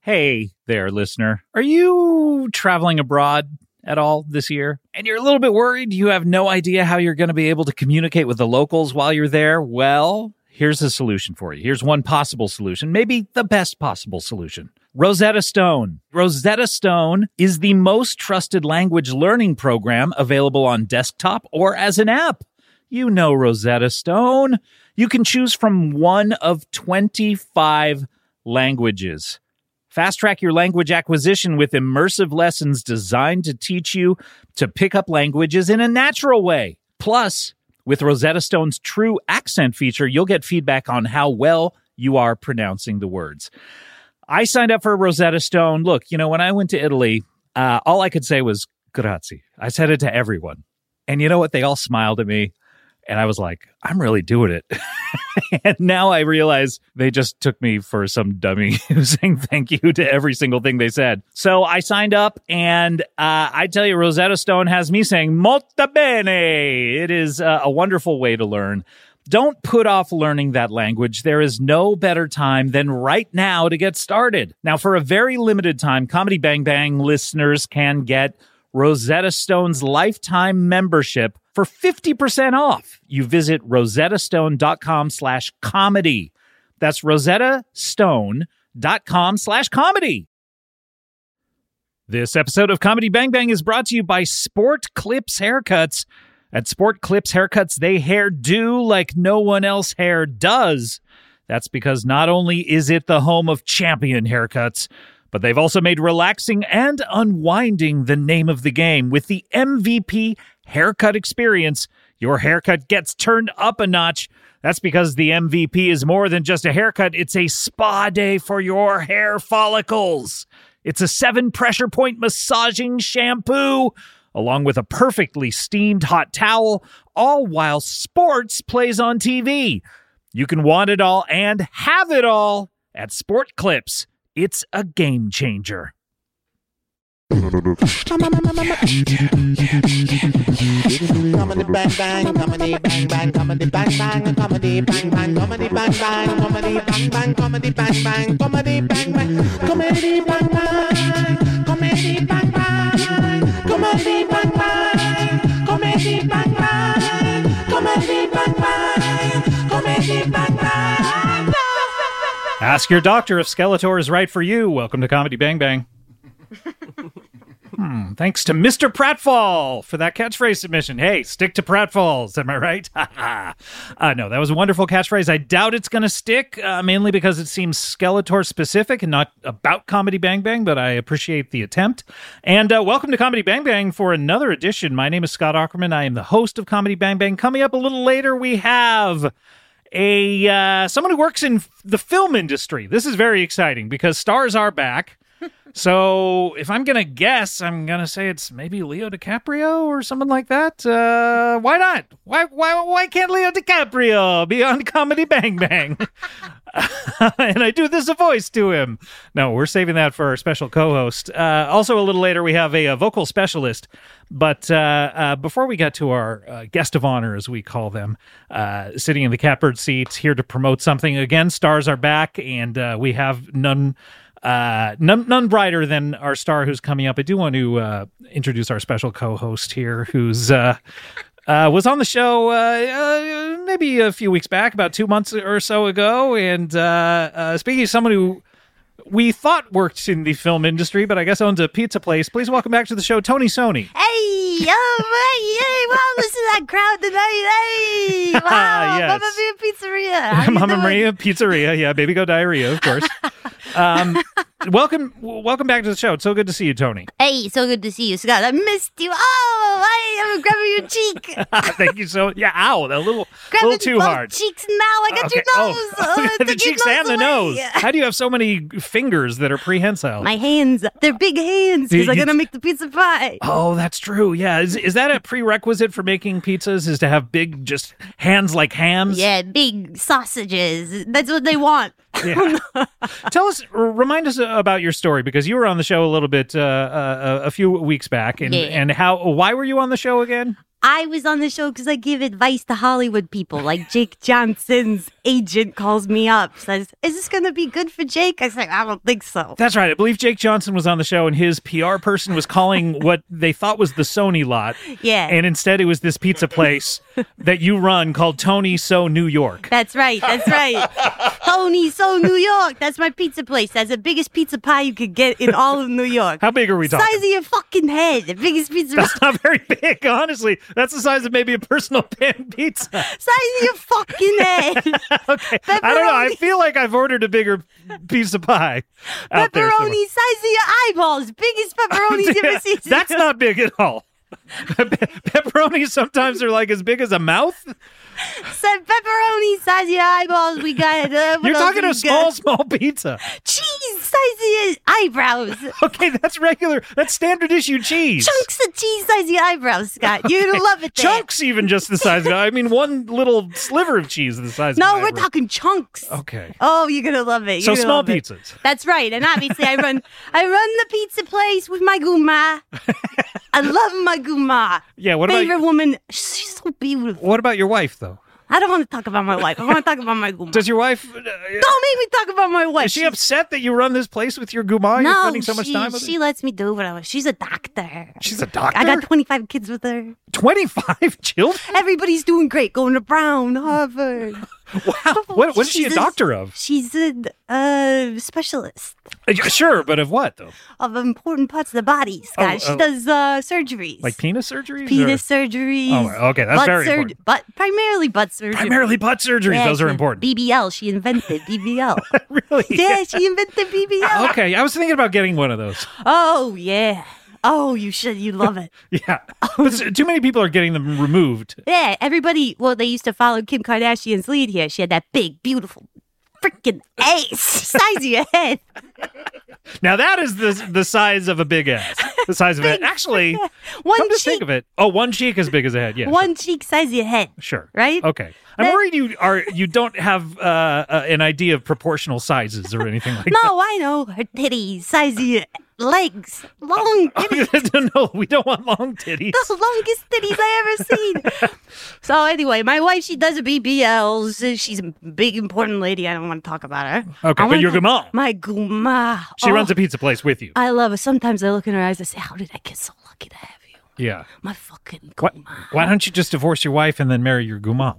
Hey there, listener. Are you traveling abroad at all this year? And you're a little bit worried you have no idea how you're going to be able to communicate with the locals while you're there? Well, here's a solution for you. Here's one possible solution, maybe the best possible solution. Rosetta Stone. Rosetta Stone is the most trusted language learning program available on desktop or as an app. You know Rosetta Stone. You can choose from one of 25 languages. Fast track your language acquisition with immersive lessons designed to teach you to pick up languages in a natural way. Plus, with Rosetta Stone's true accent feature, you'll get feedback on how well you are pronouncing the words. I signed up for Rosetta Stone. Look, you know, when I went to Italy, uh, all I could say was grazie. I said it to everyone. And you know what? They all smiled at me. And I was like, I'm really doing it. and now I realize they just took me for some dummy who's saying thank you to every single thing they said. So I signed up, and uh, I tell you, Rosetta Stone has me saying "molto bene." It is uh, a wonderful way to learn. Don't put off learning that language. There is no better time than right now to get started. Now, for a very limited time, Comedy Bang Bang listeners can get Rosetta Stone's lifetime membership for 50% off. You visit rosettastone.com slash comedy. That's rosettastone.com slash comedy. This episode of Comedy Bang Bang is brought to you by Sport Clips Haircuts. At Sport Clips Haircuts, they hair do like no one else hair does. That's because not only is it the home of champion haircuts, but they've also made relaxing and unwinding the name of the game with the MVP haircut experience. Your haircut gets turned up a notch. That's because the MVP is more than just a haircut, it's a spa day for your hair follicles. It's a seven pressure point massaging shampoo, along with a perfectly steamed hot towel, all while sports plays on TV. You can want it all and have it all at Sport Clips. It's a game changer. Comedy bang bang, comedy bang bang, comedy bang bang, comedy bang bang, comedy bang bang, comedy bang bang, comedy bang bang, comedy bang bang, comedy bang bang, comedy bang bang, comedy bang bang, comedy bang bang, comedy bang bang, comedy bang bang. Ask your doctor if Skeletor is right for you. Welcome to Comedy Bang Bang. Hmm, thanks to Mr. Pratfall for that catchphrase submission. Hey, stick to Pratfalls. Am I right? uh, no, that was a wonderful catchphrase. I doubt it's going to stick, uh, mainly because it seems Skeletor specific and not about Comedy Bang Bang, but I appreciate the attempt. And uh, welcome to Comedy Bang Bang for another edition. My name is Scott Ackerman. I am the host of Comedy Bang Bang. Coming up a little later, we have a uh, someone who works in f- the film industry. This is very exciting because stars are back. so if I'm gonna guess, I'm gonna say it's maybe Leo DiCaprio or someone like that. Uh, why not? Why why why can't Leo DiCaprio be on Comedy Bang Bang? and I do this a voice to him. No, we're saving that for our special co-host. Uh, also, a little later, we have a, uh vocal specialist. But uh, uh, before we get to our uh, guest of honor, as we call them, uh, sitting in the catbird seats, here to promote something again. Stars are back, and uh, we have none. Uh, none, none brighter than our star who's coming up. I do want to uh, introduce our special co-host here, who's uh, uh, was on the show uh, uh, maybe a few weeks back, about two months or so ago. And uh, uh, speaking of someone who we thought worked in the film industry, but I guess owns a pizza place, please welcome back to the show, Tony Sony. Hey, oh, hey, hey, wow, listen to that crowd tonight. Hey, wow, Ah, Yes. Mamma Mia Pizzeria. How you Mama doing? Maria Pizzeria. Yeah, Baby Go Diarrhea, of course. um, welcome, w- welcome back to the show. It's so good to see you, Tony. Hey, so good to see you, Scott. I missed you. Oh, hey, I'm grabbing your cheek. Thank you so. Yeah, ow, that little, Grabbing little too both hard. cheeks now. I got Okay, your oh, nose. Oh, I the took your cheeks and the away. nose. How do you have so many fingers that are prehensile? My hands, they're big hands Dude, because I'm you- going to make the pizza pie. Oh, that's true. Yeah, is, is that a prerequisite for making pizzas? Is to have big, just hands like hams? Yeah, big sausages. That's what they want. Yeah. Tell us, r- remind us about your story because you were on the show a little bit uh, uh, a few weeks back, and Yeah. and how? Why were you on the show again? I was on the show because I give advice to Hollywood people. Like Jake Johnson's agent calls me up, says, Is this going to be good for Jake? I said, I don't think so. That's right. I believe Jake Johnson was on the show, and his PR person was calling what they thought was the Sony lot, Yeah. and instead it was this pizza place that you run called Tony So New York. That's right. That's right. Tony So New York. That's my pizza place. That's the biggest pizza pie you could get in all of New York. How big are we talking? Size of your fucking head. The biggest pizza. size It's not very big, honestly. That's the size of maybe a personal pan pizza. of your fucking head. Okay. I don't know. I Pepperoni. feel like I've ordered a bigger piece of pie out there. somewhere. Pepperoni. Size of your eyeballs. Biggest pepperoni you ever seen. That's not big at all. Pe- pepperonis sometimes are like as big as a mouth. Said pepperoni. Size of your eyeballs. We got it. Uh, what You're else talking we a got? small, small pizza. cheese. Size of your eyebrows. Okay, that's regular. That's standard issue cheese. Chunks of cheese. Size of your eyebrows, Scott. You're gonna love it. there. Chunks, even just the size of. I mean, one little sliver of cheese the size. No, of my we're eyebrow. talking chunks. Okay, Oh, you're gonna love it. so You're gonna small love it. pizzas. That's right. And obviously I run I run the pizza place with my guma. I love my guma. Yeah. What Favorite about woman. She's so beautiful. what about your wife though? I don't want to talk about my wife. I want to talk about my guma. Does your wife? uh, don't make me talk about my wife. is she She's- upset that you run this place with your guma? You're no, spending so much she, time with she her? lets me do what I want. She's a doctor. She's a doctor. I got 25 kids with her. 25 children. Everybody's doing great, going to Brown, Harvard. Wow. What, what is she a She's doctor of? She's a uh, specialist Uh, Sure, but of what though? of important parts of the body, Scott. oh. she does uh, surgeries. Like penis surgery? penis surgeries. Oh, okay, that's butt very surg- important. Butt, primarily butt surgery. Primarily butt surgeries. Yeah, Those are she- important. BBL. She invented BBL. really? yeah, she invented BBL. Ah, Okay, I was thinking about getting one of those. Oh yeah. Oh, you should. You love it. Yeah, Oh. but s- too many people are getting them removed. Yeah, everybody. Well, they used to follow Kim Kardashian's lead here. She had that big, beautiful, freaking ass size of your head. Now that is the the size of a big ass. The size of it. Actually, One come to cheek, think of it, oh, one cheek as big as a head. Yeah, one cheek size of your head. sure. right? Okay, I'm Then- worried you are you don't have uh, uh, an idea of proportional sizes or anything like No, I know her titties, size of your legs, long titties. that. no, we don't want long titties. the longest titties I ever seen. so anyway, my wife, she does a BBLs. She's a big important lady. I don't want to talk about her. Okay, I but wanna your talk- grandma, My guma. she Oh, runs a pizza place with you. I love her. Sometimes I look in her eyes. I say, "How did I get so lucky to have you?" Yeah. My fucking What? guma. Why don't you just divorce your wife and then marry your guma?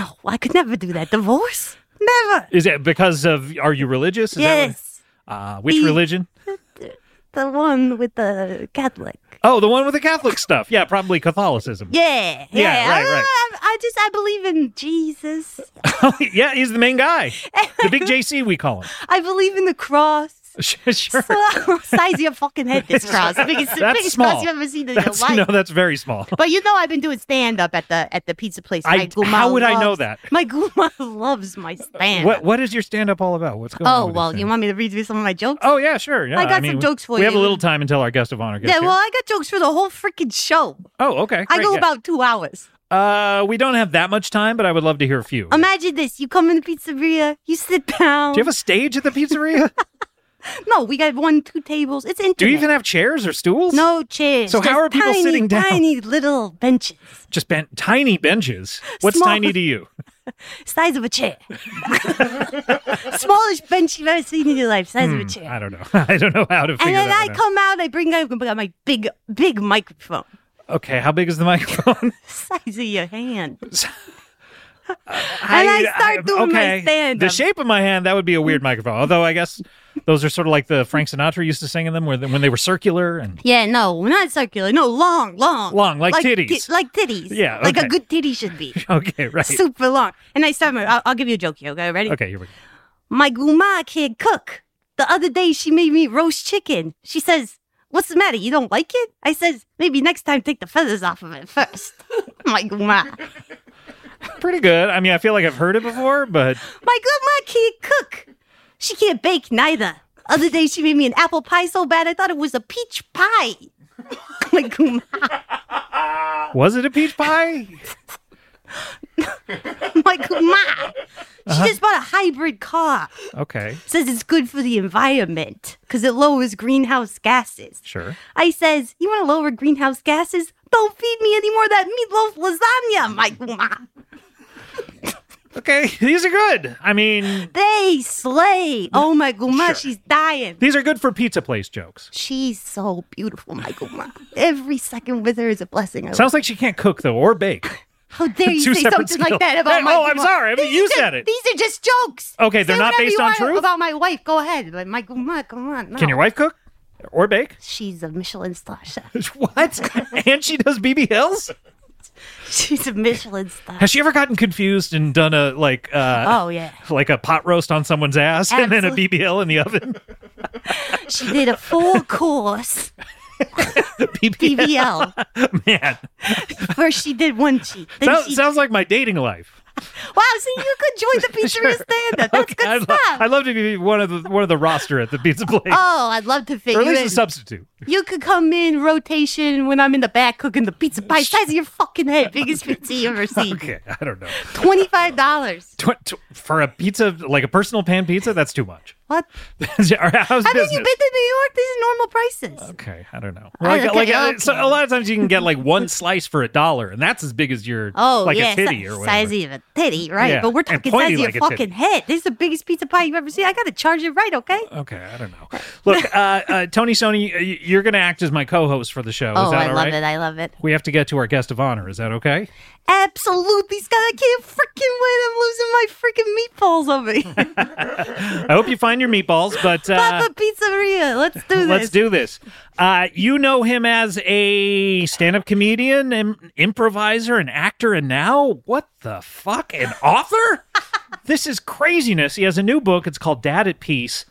No, I could never do that. Divorce? Never. Is it because of are you religious? Is that what- yes, uh, which E- religion? the one with the Catholic. Oh, the one with the Catholic stuff. Yeah, probably Catholicism. Yeah, yeah. right, I, right. I, I just I believe in Jesus. Yeah, he's the main guy. The big JC we call him. I believe in the cross. sure. size of your fucking head this cross. The biggest, That's biggest small. cross you've ever seen in That's, your life. no, that's very small. But you know I've been doing stand up at the at the pizza place. I- my guma how would I know loves- that? My guma loves my stand. What What is your stand up all about? What's going on? Oh with well, this you thing? want me to read you some of my jokes? Oh yeah, sure. Yeah, I got some mean, jokes for We have a you. little time until our guest of honor gets yeah, here. well, I got jokes for the whole freaking show. oh, okay. I great, go yeah. about two hours. Uh, we don't have that much time, but I would love to hear a few. Imagine this: you come in the pizzeria, you sit down. Do you have a stage at the pizzeria? no, we got one, two tables. It's intimate. Do you even have chairs or stools? no chairs. So how just are people tiny, sitting down? Tiny little benches, Just bent tiny benches. What's Small- tiny to you? size of a chair. Smallest bench you've ever seen in your life, size of a chair. Hmm, I don't know. I don't know how to figure And then that I one out. come out, I bring out my big, big microphone, Okay, how big is the microphone? size of your hand. and I start doing my stand-up. The shape of my hand, that would be a weird microphone. Although I guess those are sort of like the Frank Sinatra used to sing in them where the, when they were circular and Yeah, no, not circular. No, long, long. Long, like titties. ti- like titties. Yeah, Like okay. a good titty should be. Okay, right. Super long. And I start my, I'll, I'll give you a joke here, okay? Ready? Okay, here we go. My guma can't cook. The other day she made me roast chicken. She says, What's the matter? You don't like it? I says, Maybe next time take the feathers off of it first. my guma. Pretty good. I mean, I feel like I've heard it before, but My grandma can't cook. She can't bake neither. Other day she made me an apple pie so bad I thought it was a peach pie. My grandma. was it a peach pie? My grandma. She just bought a hybrid car. Okay, Says it's good for the environment because it lowers greenhouse gases. sure. I says, you want to lower greenhouse gases? Don't feed me any more of that meatloaf lasagna, my guma. Okay, these are good. I mean, They slay. Oh, my guma, she's dying. these are good for pizza place jokes. She's so beautiful, my guma. Every second with her is a blessing. I Sounds like she can't cook though or bake. How dare you Two say separate something like that skills. about Hey, my oh, I'm guma. sorry. I mean, These you are just- said it. These are just jokes. Okay, they're Say not whatever based you on want truth? About my wife, go ahead. But my guma, come on. No. Can your wife cook or bake? She's a Michelin star chef. What? and she does BB Hills? She's a Michelin star. Has she ever gotten confused and done a like uh Oh yeah, like a pot roast on someone's ass and then a Absolutely. BB Hill in the oven? she did a full course BB BBL. man. First she did one cheek. Then Sounds- she, sounds like my dating life. wow, see, you could join the pizzeria stand. That's Okay, good I'd, lo- stuff. I'd love to be one of the one of the roster at the pizza place, oh, I'd love to fit or at you least in. a substitute. You could come in rotation when I'm in the back cooking the pizza pie size of your fucking head, biggest pizza you ever seen. Okay, I don't know. Twenty-five dollars. Tw- tw- for a pizza, like a personal pan pizza, that's too much. What? How's Haven't you business? been to New York? These are normal prices. Okay, I don't know. I- Like, okay, like uh, okay. So a lot of times you can get like one slice for a dollar, and that's as big as your Oh like yeah, a titty si- or whatever. size of a titty, right? Yeah, But we're and talking size pointy of your like a titty. fucking head. This is the biggest pizza pie you've ever seen. I gotta charge it right, okay? Okay, I don't know. Look, uh, uh, Tony Sony, uh, y- you're going to act as my co-host for the show. oh, is that I all love right? it. I love it. We have to get to our guest of honor. Is that okay? Absolutely, Scott. I can't freaking wait. I'm losing my freaking meatballs over here. I hope you find your meatballs, but uh, Papa Pizzeria. Let's do this. let's do this. Uh, you know him as a stand-up comedian, Im- improviser, an actor, and now what the fuck, an author? this is craziness. He has a new book. It's called Dad at Peace.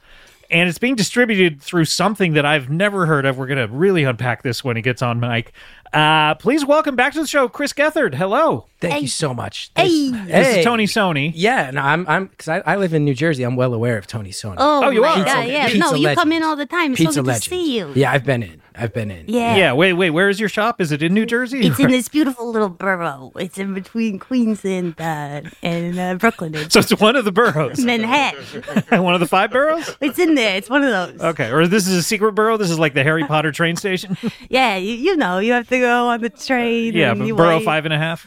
And it's being distributed through something that I've never heard of. We're going to really unpack this when he gets on mic. Uh, please welcome back to the show, Chris Gethard. Hello. Thank you so much. Hey. Thanks. This Hey. is Tony Sony. Yeah, no, I'm I'm because I, I live in New Jersey. I'm well aware of Tony Sony. Oh, Oh, you my are? God, Okay. yeah. Pizza no, you legend. come in all the time. It's pizza so good legend. to see you. Yeah, I've been in. I've been in. Yeah. Yeah, wait, wait. Where is your shop? Is it in New Jersey? It's in this beautiful little borough. It's in between Queens and uh, and uh, Brooklyn and so it's one of the boroughs, Manhattan. one of the five boroughs? It's in there. It's one of those. Okay, or this is a secret borough. This is like the Harry Potter train station. Yeah, you, you know, you have to go on the train. yeah, and but you borough wait. five and a half.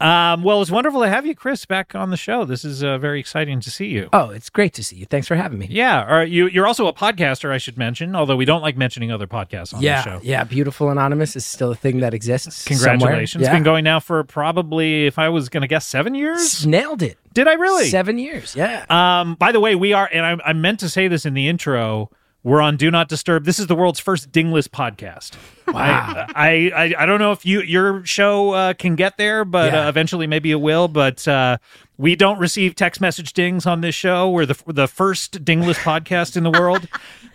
um, well, it's wonderful to have you, Chris, back on the show. This is uh, very exciting to see you. Oh, it's great to see you. Thanks for having me. Yeah, or you, you're also a podcaster, I should mention, although we don't like mentioning other podcasts on the yeah, show. yeah, Beautiful anonymous is still a thing that exists. somewhere. Congratulations. Yeah. Been going now for probably, if I was going to guess, seven years? Nailed it. Did I really? Seven years. Yeah. Um, by the way, we are, and I, I meant to say this in the intro. We're on Do Not Disturb. This is the world's first dingless podcast. Wow. I, I, I don't know if you your show uh, can get there, but Yeah. uh, eventually maybe it will. But uh, we don't receive text message dings on this show. We're the the first dingless podcast in the world.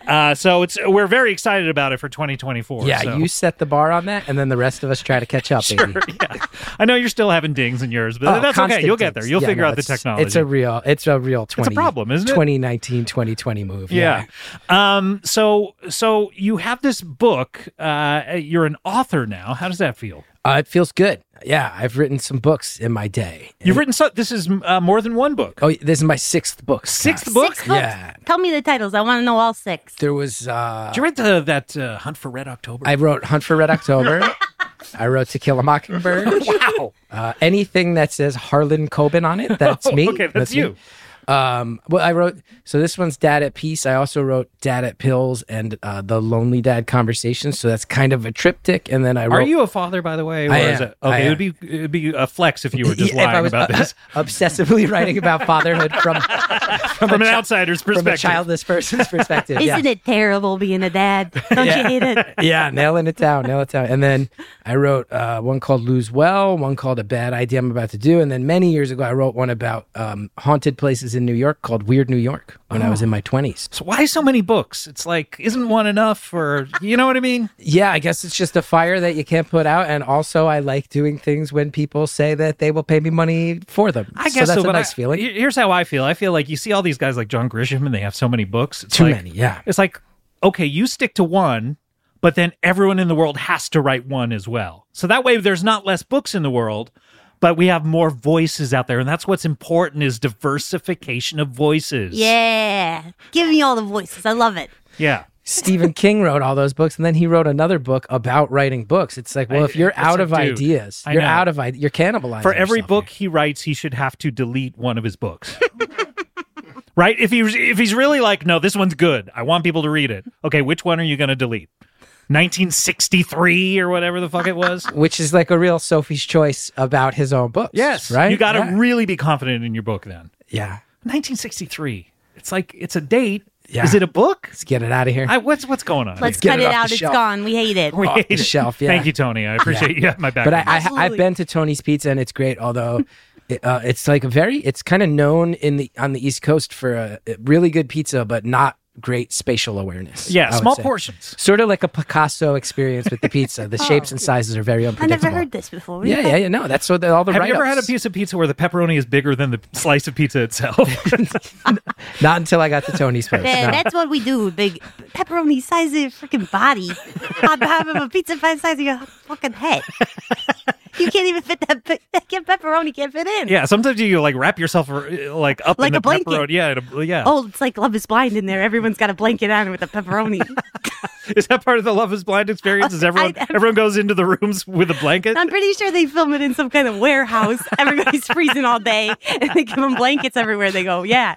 Uh, so it's we're very excited about it for 2024. yeah, Oh, so. you set the bar on that, and then the rest of us try to catch up. baby. yeah. I know you're still having dings in yours, but Oh, that's okay. constant You'll get takes. there. You'll Yeah, figure no, out the it's- technology. It's a real, it's a real 20, problem, isn't it? 2019, 2020 move. yeah. Um. So so you have this book. Uh. You're an author now. How does that feel? Uh, it feels good. Yeah, I've written some books in my day. You've written so. This is uh, more than one book. Oh, this is my sixth book. Scott. Sixth book. Six books? Yeah. Tell me the titles. I want to know all six. There was uh, Did you write the, that uh, Hunt for Red October? I wrote Hunt for Red October. I wrote To Kill a Mockingbird. wow. Uh, anything that says Harlan Coben on it, that's Oh, me. Okay, that's, me. you. Um, well, I wrote, so this one's Dad at Peace. I also wrote Dad at Pills and uh, The Lonely Dad Conversations. So that's kind of a triptych. And then I Are wrote. you a father, by the way? Or I is am. it, okay, I it am. would be it would be a flex if you were just Yeah, if lying I was about uh, this obsessively writing about fatherhood from, from, from a an chi- outsider's from a perspective. childless person's perspective. yeah. Isn't it terrible being a dad? Don't you hate it? yeah, nailing it down, nail it down. And then I wrote uh, one called Lose Well, one called A Bad Idea I'm About to Do. And then many years ago, I wrote one about um, haunted places in New York called Weird New York when Oh. I was in my 20s. So why so many books? It's like isn't one enough, or you know what I mean? Yeah, I guess it's just a fire that you can't put out. And also, I like doing things when people say that they will pay me money for them. I guess so that's a but nice I- feeling. here- Here's how I feel. I feel like you see all these guys like John Grisham, and they have so many books. It's Too like- many, yeah. It's like, okay, you stick to one, but then everyone in the world has to write one as well. So that way, there's not less books in the world, but we have more voices out there, and that's what's important: is diversification of voices. Yeah. Give me all the voices. I love it. yeah. Stephen King wrote all those books, and then he wrote another book about writing books. It's like, well, I- if you're it's out like, of dude, ideas, I you're know. out of ideas. You're cannibalizing For every yourself book here. he writes, he should have to delete one of his books. right? If he's if he's really like, no, this one's good. I want people to read it. Okay, which one are you going to delete? 1963 or whatever the fuck it was. which is like a real Sophie's choice about his own books. right. You got to yeah. really be confident in your book then. yeah. 1963. It's like it's a date. Yeah. Is it a book? Let's get it out of here. I, what's what's going on? Let's Get cut it it, off the out. It's shelf. gone. We hate it. We off the hate it. shelf, yeah. Thank you, Tony. I appreciate you have my back. but I, on I I've been to Tony's Pizza and it's great. Although it, uh, it's like a very, it's kind of known in the on the East Coast for a a really good pizza, but not great spatial awareness. this. yeah, I would small say. portions. Sort of like a Picasso experience with the pizza. Oh. The shapes and sizes are very I unpredictable. never heard this before. Yeah, yeah, yeah. No, that's what the, all the. Have you ever had a write-ups. piece of pizza where the pepperoni is bigger than the slice of pizza itself? Not until I got to Tony's place. Yeah, no. that's what we do. Big pepperoni size of your freaking body. On top of a pizza pie size of your fucking head. You can't even fit that. pe- That can- pepperoni can't fit in. yeah, sometimes you like wrap yourself uh, like up Like in the a blanket. pepperoni. Yeah, in a- yeah. Oh, it's like Love is Blind in there. Everyone's got a blanket on with a pepperoni. Is that part of the Love Is Blind experience? Is everyone I- everyone goes into the rooms with a blanket? I'm pretty sure they film it in some kind of warehouse. Everybody's freezing all day, and they give them blankets everywhere they go. Yeah.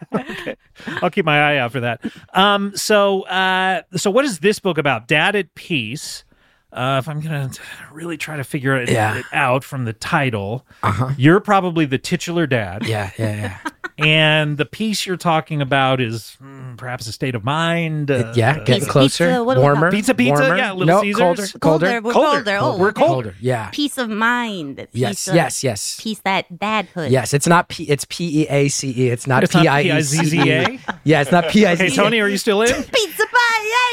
I'll keep my eye out for that. Um, so uh, so what is this book about? Dad at peace. Uh, if I'm gonna really try to figure it, Yeah. Uh-huh. it out from the title, you're probably the titular dad. yeah, yeah, and the piece you're talking about is mm, perhaps a state of mind. uh, yeah. yeah, getting pizza, closer, what do we warmer, call- Pizza, pizza, warmer. yeah, Little no, Caesars. colder, colder, we're Colder. colder. Oh, We're okay. colder. E Yeah. Peace of mind. Yes, Peace of- yes, yes. Peace that dadhood. Yes, it's not P. It's P E A C E. It's not It's P not I E C E. P.I.Z.Z.A.? Yeah, it's not P I Z. E Hey, Tony, are you still in? Pizza pie.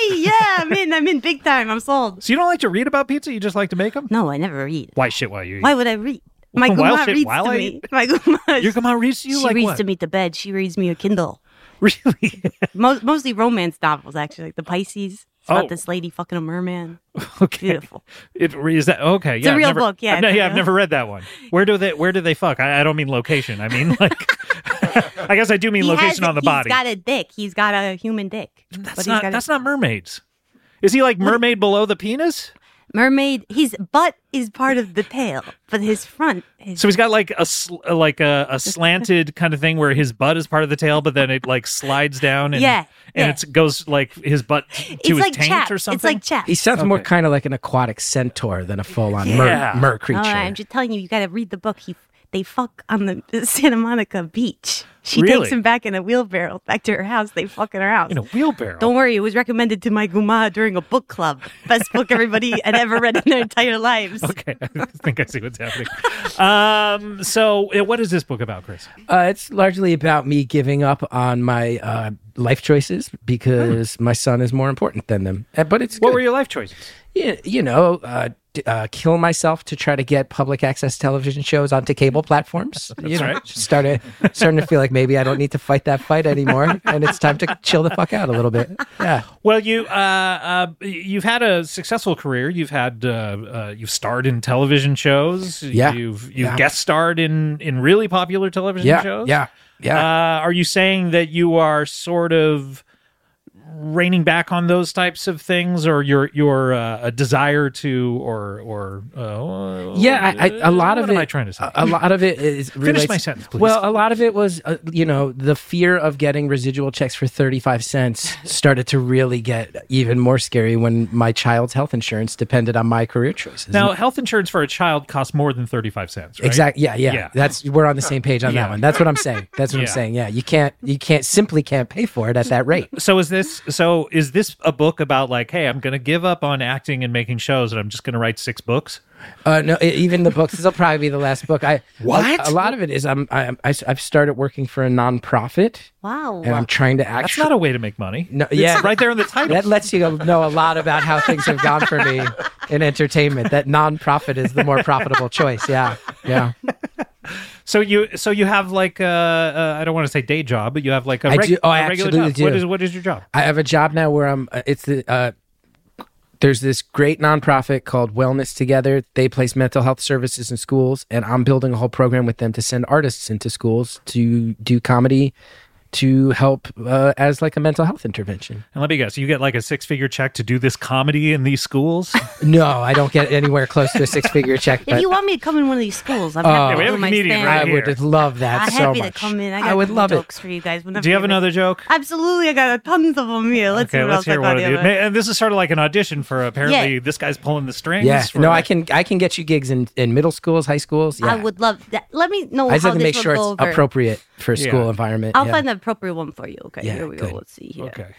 Yay! Yeah, I'm in. I'm in big time. I'm sold. So you don't like to read about pizza? You just like to make them? No, I never read. Why shit while you eat? Why would I read? My Well, grandma shit, reads while to I me. eat. My grandma. Your grandma reads to you she like reads what? to me to bed. She reads me a Kindle. Really? Mo- mostly romance novels, actually, like the Pisces. It's Oh. about this lady fucking a merman. okay. Beautiful. It re- is that okay? a yeah, I've real never- book, yeah, I've ne- it's a yeah, I've real- never read that one. Where do they? Where do they fuck? I, I don't mean location. I mean like. I guess I do mean has, location on the body. He's got a dick. He's got a human dick. But that's he's not. got a- That's not mermaids. Is he like mermaid below the penis? mermaid. His butt is part of the tail, but his front is. So he's got like a sl- like a, a slanted kind of thing where his butt is part of the tail, but then it like slides down and Yeah, and yeah. it goes like his butt to it's his like taint chaps. or something. It's like chaps. He sounds more Okay. kind of like an aquatic centaur than a full-on Yeah. mer, mer creature. All right, I'm just telling you, you got to read the book. He they fuck on the Santa Monica beach. She Really? takes him back in a wheelbarrow back to her house. They fuck in her house. in a wheelbarrow. Don't worry, it was recommended to my guma during a book club. Best book everybody had ever read in their entire lives. okay, I think I see what's happening. um, so uh, what is this book about, Chris? Uh, it's largely about me giving up on my uh, life choices because my son is more important than them. Uh, But it's Hmm. What good. were your life choices? you, you know, uh, d- uh, kill myself to try to get public access television shows onto cable platforms. That's you know, right. just Started starting to feel like maybe I don't need to fight that fight anymore, and it's time to chill the fuck out a little bit. Yeah, Well, you uh, uh, you've had a successful career. You've had uh, uh, you've starred in television shows. Yeah. you've you've Yeah. guest starred in in really popular television yeah, shows. yeah, yeah. Uh, are you saying that you are sort of reining back on those types of things, or your your uh, a desire to, or or uh, yeah, I, I, a lot what of it. uh, am I trying to say? A, a lot of it is relates- my sentence, please. Well, a lot of it was, uh, you know, the fear of getting residual checks for thirty-five cents started to really get even more scary when my child's health insurance depended on my career choices. now, health insurance for a child costs more than thirty five cents. Right? Exactly. Yeah, yeah. Yeah. That's we're on the same page on Yeah. that one. That's what I'm saying. That's what Yeah. I'm saying. Yeah, you can't, you can't simply can't pay for it at that rate. So is this so is this a book about like, hey, I'm going to give up on acting and making shows, and I'm just going to write six books? Uh, no, e- even the books. This will probably be the last book. I What? A, a lot of it is I'm I, I, I've started working for a nonprofit, Wow. and I'm trying to That's actually. not a way to make money. No, It's yeah. right there in the title. that lets you know a lot about how things have gone for me in entertainment. That nonprofit is the more profitable choice. Yeah, yeah. So you so you have like uh, uh I don't want to say day job, but you have like a, I reg- do- oh, I a regular absolutely job. What do. is what is your job? I have a job now where I'm. Uh, it's the. Uh, there's this great nonprofit called Wellness Together. They place mental health services in schools, and I'm building a whole program with them to send artists into schools to do comedy to help uh, as like a mental health intervention. And let me guess, you get like a six figure check to do this comedy in these schools? No, I don't get anywhere close to a six figure check. If But you want me to come in one of these schools, I'm happy Oh. Yeah, we to have do a my comedian stand. right I here. would love that I'm so happy much. to come in. I, got I would a couple love it. jokes for you guys. whenever do you have you're ready. another joke? Absolutely, I got tons of them here. Let's see okay, what let's else hear I got one of here. these. May- And this is sort of like an audition for apparently Yeah. this guy's pulling the strings. Yeah, for- no, I can I can get you gigs in, in middle schools, high schools. Yeah. I would love that. Let me know I just how have to make this will sure it's go over. appropriate for a school Yeah. environment. I'll yeah. find the appropriate one for you. Okay, Yeah, here we go. good. Let's see here. Okay.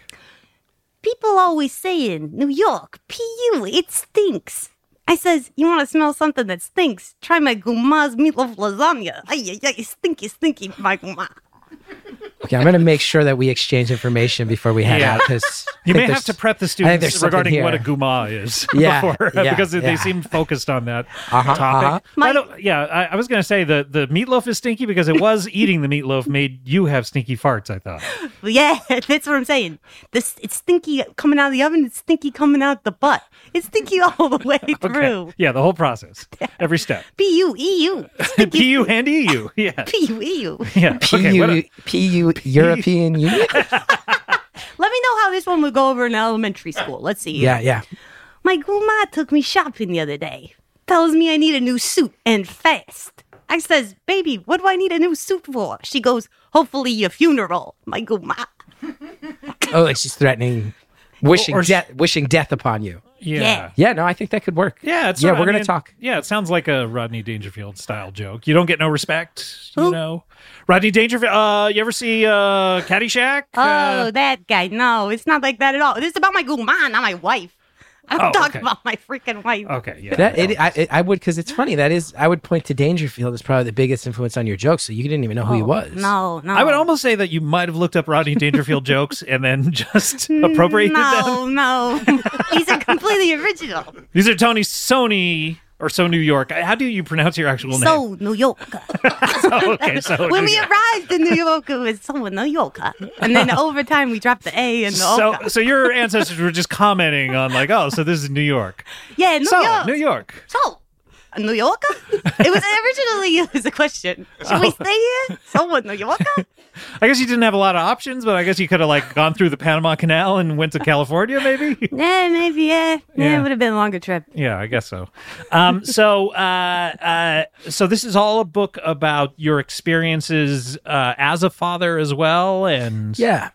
People always say in New York, PU, it stinks. I says, you want to smell something that stinks? Try my Guma's meatloaf lasagna. Ay, ay, ay, stinky, stinky, my Guma. Okay, I'm going to make sure that we exchange information before we head Yeah. out because You may have to prep the think there's students something regarding what a here. guma is Yeah, before, yeah, because they yeah. seemed focused on that Uh-huh, topic. uh-huh. But I My- don't- yeah, I, I was going to say the, the meatloaf is stinky because it was eating the meatloaf made you have stinky farts, I thought. But yeah, that's what I'm saying. This It's stinky coming out of the oven. It's stinky coming out the butt. It's stinky all the way through. E Yeah, the whole process, every step. PU, EU. Stinky PU and EU. Yeah. PU, EU. Yeah. Okay, what a- PU, PU European Union. Let me know how this one would go over in elementary school. Let's see. Yeah, yeah. My grandma took me shopping the other day. Tells me I need a new suit and fast. I says, baby, what do I need a new suit for? She goes, hopefully your funeral, my grandma. Oh, like she's threatening, wishing Or- or- death, wishing death upon you. yeah. Yeah. Yeah, no, I think that could work. Yeah, it's yeah, sort of- we're I gonna mean, talk. Yeah, it sounds like a Rodney Dangerfield style joke. You don't get no respect, you know. Rodney Dangerfield. Uh, you ever see uh Caddyshack? Oh, that guy. No, it's not like that at all. This is about my grandma, not my wife. I'm Oh, talking okay. Oh, about my freaking wife. Uh, okay, yeah. That it, I, it, I would because it's funny. That is, I would point to Dangerfield as probably the biggest influence on your joke. So you didn't even know who he was. No, no. I would almost say that you might have looked up Rodney Dangerfield jokes and then just appropriated them. No, no. These are completely original. These are Tony Sony or So New York. How do you pronounce your actual name? So, New York. So okay, so when New we York. arrived in New York, it was someone New Yorker. And then over time, we dropped the A and the so, Oka. so your ancestors were just commenting on like, oh, so this is New York. Yeah, New so York. New York. So, a Oh, New Yorker? it was originally it was a question. Should Oh. we stay here? Someone New Yorker? I guess you didn't have a lot of options, but I guess you could have like gone through the Panama Canal and went to California, maybe. yeah, maybe. Yeah, yeah. Yeah. It would have been a longer trip. yeah, I guess so. Um, so, uh, uh, so this is all a book about your experiences uh, as a father as well, and Yeah.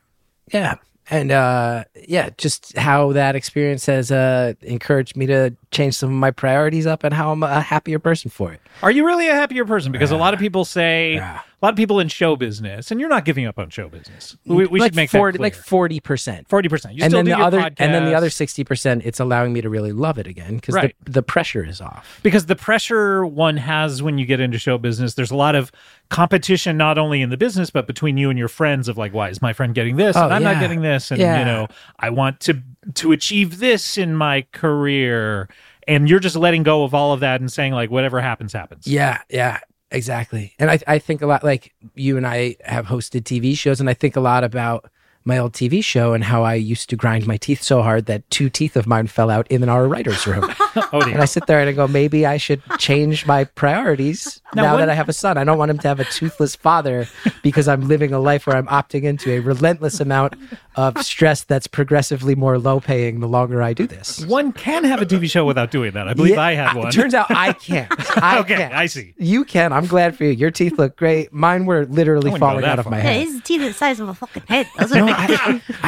Yeah. And uh yeah, just how that experience has uh encouraged me to change some of my priorities up and how I'm a happier person for it. Are you really a happier person? Because a lot of people say, Yeah. a lot of people in show business, and you're not giving up on show business. We, we like should make 40, that clear. like forty percent. forty percent. You And still then do the your other and then the podcast. other sixty percent, it's allowing me to really love it again because Right. the, the pressure is off. because the pressure one has when you get into show business there's a lot of competition not only in the business but between you and your friends of like why is my friend getting this Oh, and i'm not yeah. getting this and you Yeah. know i want to to achieve this in my career and you're just letting go of all of that and saying like whatever happens happens Yeah, yeah, exactly. And I I think a lot like you and I have hosted TV shows and I think a lot about my old TV show and how I used to grind my teeth so hard that two teeth of mine fell out in our writer's room. oh dear And I sit there and I go, maybe I should change my priorities Now, now, one- that I have a son. I don't want him to have a toothless father because I'm living a life where I'm opting into a relentless amount of stress that's progressively more low paying the longer I do this. one can have a tv show without doing that i believe i had one It turns out I can't. I Okay, can't. I see. You can. I'm glad for you. Your teeth look great. Mine were literally wouldn't go falling that out of far. my Yeah, head. his teeth are the size of a fucking head. Those are big I, I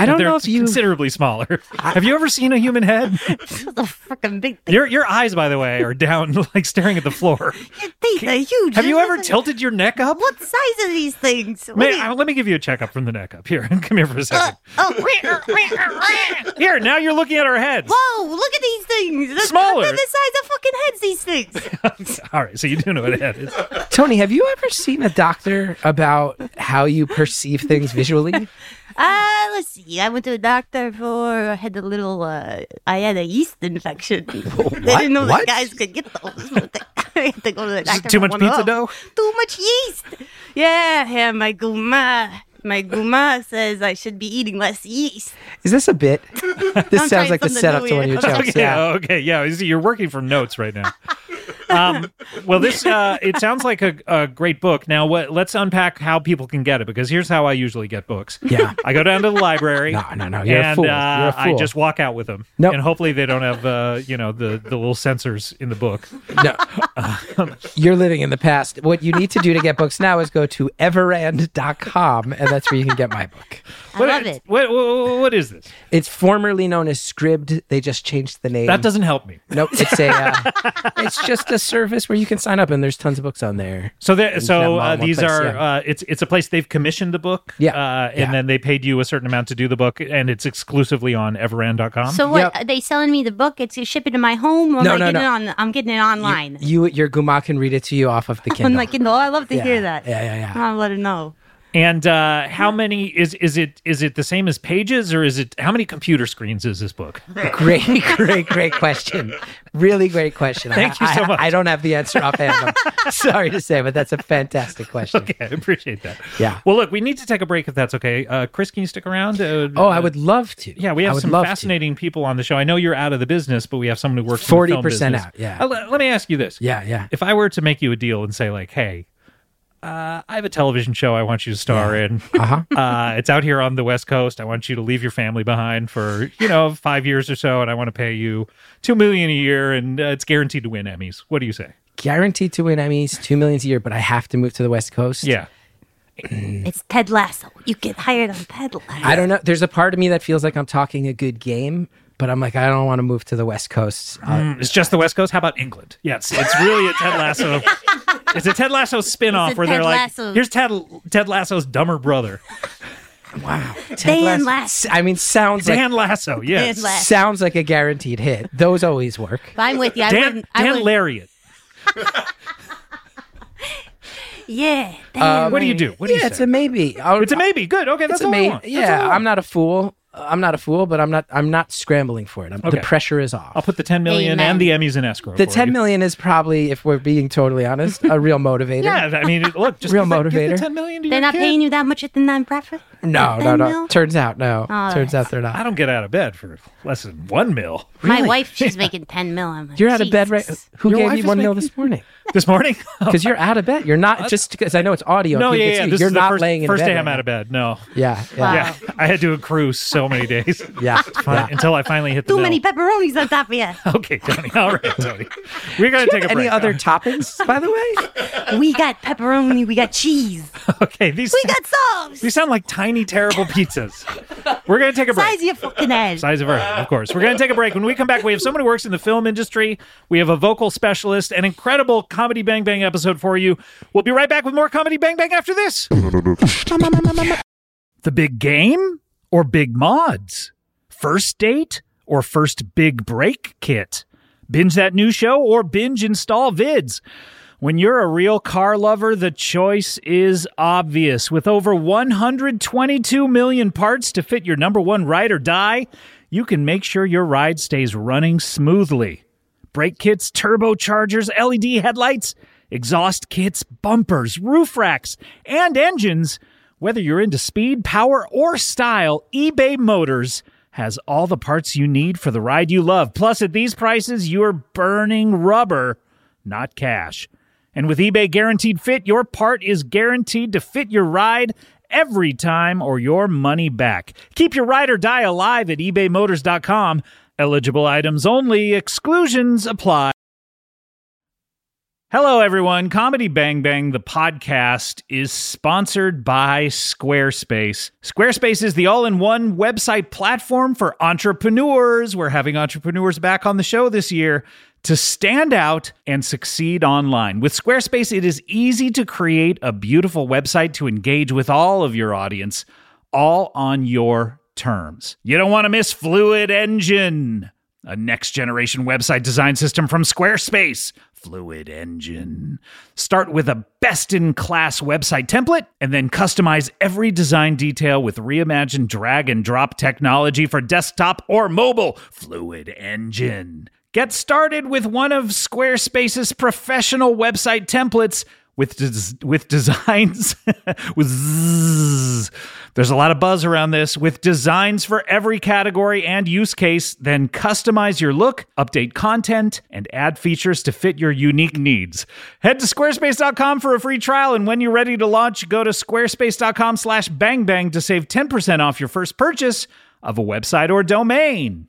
don't They're know if you. considerably smaller. Have you ever seen a human head? those are fucking big things. Your your eyes, by the way, are down, like staring at the floor. Your teeth are huge. Have you Those ever are- tilted your neck up? What size are these things? What May, do you- I- let me give you a checkup from the neck up. Here, come here for a second. oh, Here, now you're looking at our heads. whoa! Look at these things. They're, Smaller. They're the size of fucking heads. These things. All right, so you do know what a head is. Tony, have you ever seen a doctor about how you perceive things visually? Uh, let's see. I went to a doctor for I had a little. Uh, I had a yeast infection. They didn't know What? that guys could get those. I had to go to the Is doctor. it too for much one of pizza those. dough? Too much yeast. Yeah, yeah. My guma, my guma says I should be eating less yeast. Is this a bit? This I'm sounds trying like the something setup new to one of your here. jokes. Okay, Yeah. okay, yeah. You see, you're working from notes right now. um, well, this uh, it sounds like a, a great book. Now, what, let's unpack how people can get it because here's how I usually get books. Yeah. I go down to the library. No, no, no. You're a and fool. You're Uh, a I fool. just walk out with them, Nope. and hopefully they don't have uh, you know the the little sensors in the book. No. You're living in the past. What you need to do to get books now is go to everand.com, and that's where you can get my book. I love it. What, what, what is this? It's formerly known as Scribd. They just changed the name. That doesn't help me. Nope, it's a. Uh, it's just a service where you can sign up, and there's tons of books on there. So there, that so mom uh, one these place, are yeah. uh, it's it's a place they've commissioned the book, Yeah, uh, and yeah. then they paid you a certain amount to do the book, and it's exclusively on everand.com. So what Yep. are they selling me the book? It's you ship it to my home. Or am No, I no, getting no. it on. I'm getting it online. You, your guma can read it to you off of the Kindle. on my Kindle. I love to Yeah, hear that. yeah, yeah, yeah. I'll let her know. and uh, how many is is it is it the same as pages, or is it how many computer screens is this book? great, great, great question. Really great question. Thank you I- so I- much. I don't have the answer offhand. I'm sorry to say, but that's a fantastic question. Okay, I appreciate that. Yeah. Well, look, we need to take a break if that's okay. Uh, Chris, can you stick around? Uh, Oh, I would love to. Yeah, we I have would some love to. fascinating people on the show. I know you're out of the business, but we have someone who works in the film 40% business. out, yeah. Uh, let, let me ask you this. Yeah, yeah. If I were to make you a deal and say, like, hey, uh, I have a television show I want you to star in. Uh-huh. Uh, it's out here on the West Coast. I want you to leave your family behind for, you know, five years or so, and I want to pay you two million a year, and uh, it's guaranteed to win Emmys. What do you say? Guaranteed to win Emmys, two millions a year, but I have to move to the West Coast. Yeah. It's Ted Lasso. You get hired on Ted Lasso. Mm. I don't know. There's a part of me that feels like I'm talking a good game, but I'm like, I don't want to move to the West Coast. Uh, Mm, It's just the West Coast. How about England? Yes, it's really a Ted Lasso. It's a Ted Lasso spin-off It's a where Ted they're like, Lasso. "Here's Ted Ted Lasso's dumber brother, wow. Ted Dan Lasso- Lasso. I mean, sounds like Dan Lasso." Yes, Dan Lasso. sounds like a guaranteed hit. Those always work. But I'm with you. I Dan, wouldn't. I Dan wouldn't. Lariat. yeah. Dan Uh, What do you Lariat. do? What do Oh, yeah, you it's say? a maybe. I'll- it's a maybe. Good. Okay, that's It's a all I maybe. want. That's all I Yeah, want. I'm not a fool. I'm not a fool, but I'm not. I'm not scrambling for it. I'm, Okay. The pressure is off. I'll put the ten million Amen. and the Emmys in escrow. the for ten you. million is probably, if we're being totally honest, a real motivator. Yeah, I mean, look, just Real give the- give the motivator. ten million. To They're your not kid. paying you that much at the nonprofit. No, no, Ten no. mil? Turns out, no. Turns out they're I not. don't get out of bed for less than one mil My wife, she's making ten mil. I'm like, You're out of bed, right? Jesus. Who Your gave wife you is one mil making- this morning? this morning. Because you're out of bed. You're not just because I know it's audio. no, people yeah, can yeah. see This You're is not the first, laying in first bed. day right I'm out of bed. No, now. Yeah, yeah, yeah. I had to accrue so many days yeah. fin- until I finally hit the Too mil. many pepperonis on top of you. Okay, Tony. All right, Tony. We're gonna take a break. Any other toppings, by the way? We got pepperoni. We got cheese. okay, these We got sauce. these sound like tiny, terrible pizzas. We're gonna take a break. Size of your fucking head. Size of our head, of course. We're going to take a break. When we come back, we have someone who works in the film industry. We have a vocal specialist, an incredible Comedy Bang Bang episode for you. We'll be right back with more Comedy Bang Bang after this. The big game or big mods? First date or first big break kit? Binge that new show or binge install vids? When you're a real car lover, the choice is obvious. With over 122 million parts to fit your number one ride or die, you can make sure your ride stays running smoothly. Brake kits, turbochargers, LED headlights, exhaust kits, bumpers, roof racks, and engines. Whether you're into speed, power, or style, eBay Motors has all the parts you need for the ride you love. Plus, at these prices, you're burning rubber, not cash. And with eBay Guaranteed Fit, your part is guaranteed to fit your ride every time or your money back. Keep your ride or die alive at ebaymotors.com. Eligible items only, exclusions apply. Hello, everyone. Comedy Bang Bang, the podcast, is sponsored by Squarespace. Squarespace is the all in one website platform for entrepreneurs. We're having entrepreneurs back on the show this year to stand out and succeed online. With Squarespace, it is easy to create a beautiful website to engage with all of your audience, all on your terms. You don't want to miss Fluid Engine a next generation website design system from Squarespace, Fluid Engine. Start with a best in class website template and then customize every design detail with reimagined drag and drop technology for desktop or mobile, Fluid Engine. Get started with one of Squarespace's professional website templates with des- with designs with zzz. there's a lot of buzz around this with designs for every category and use case then customize your look update content and add features to fit your unique needs head to squarespace.com for a free trial and when you're ready to launch go to squarespace.com slash bangbang to save 10% off your first purchase of a website or domain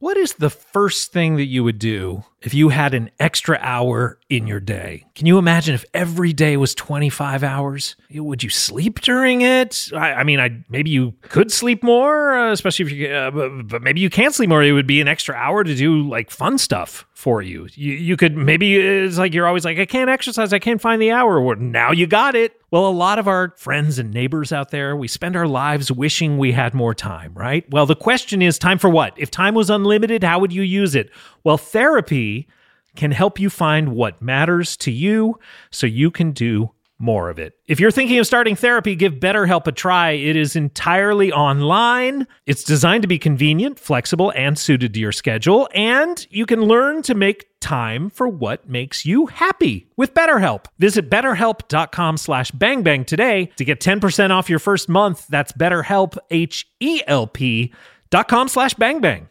What is the first thing that you would do if you had an extra hour in your day? Can you imagine if every day was 25 hours? Would you sleep during it? I, I mean, I maybe you could sleep more, uh, especially if you, uh, but, but maybe you can't sleep more. It would be an extra hour to do like fun stuff for you. You, you could maybe it's like you're always like, I can't exercise, I can't find the hour. Well, now you got it. Well, a lot of our friends and neighbors out there, we spend our lives wishing we had more time, right? Well, the question is time for what? If time was unlimited, how would you use it? Well, therapy can help you find what matters to you so you can do more of it. If you're thinking of starting therapy, give BetterHelp a try. It is entirely online. It's designed to be convenient, flexible, and suited to your schedule. And you can learn to make time for what makes you happy with BetterHelp. Visit betterhelp.com slash bangbang today to get 10% off your first month. That's betterhelp, H-E-L-P dot com slash bangbang.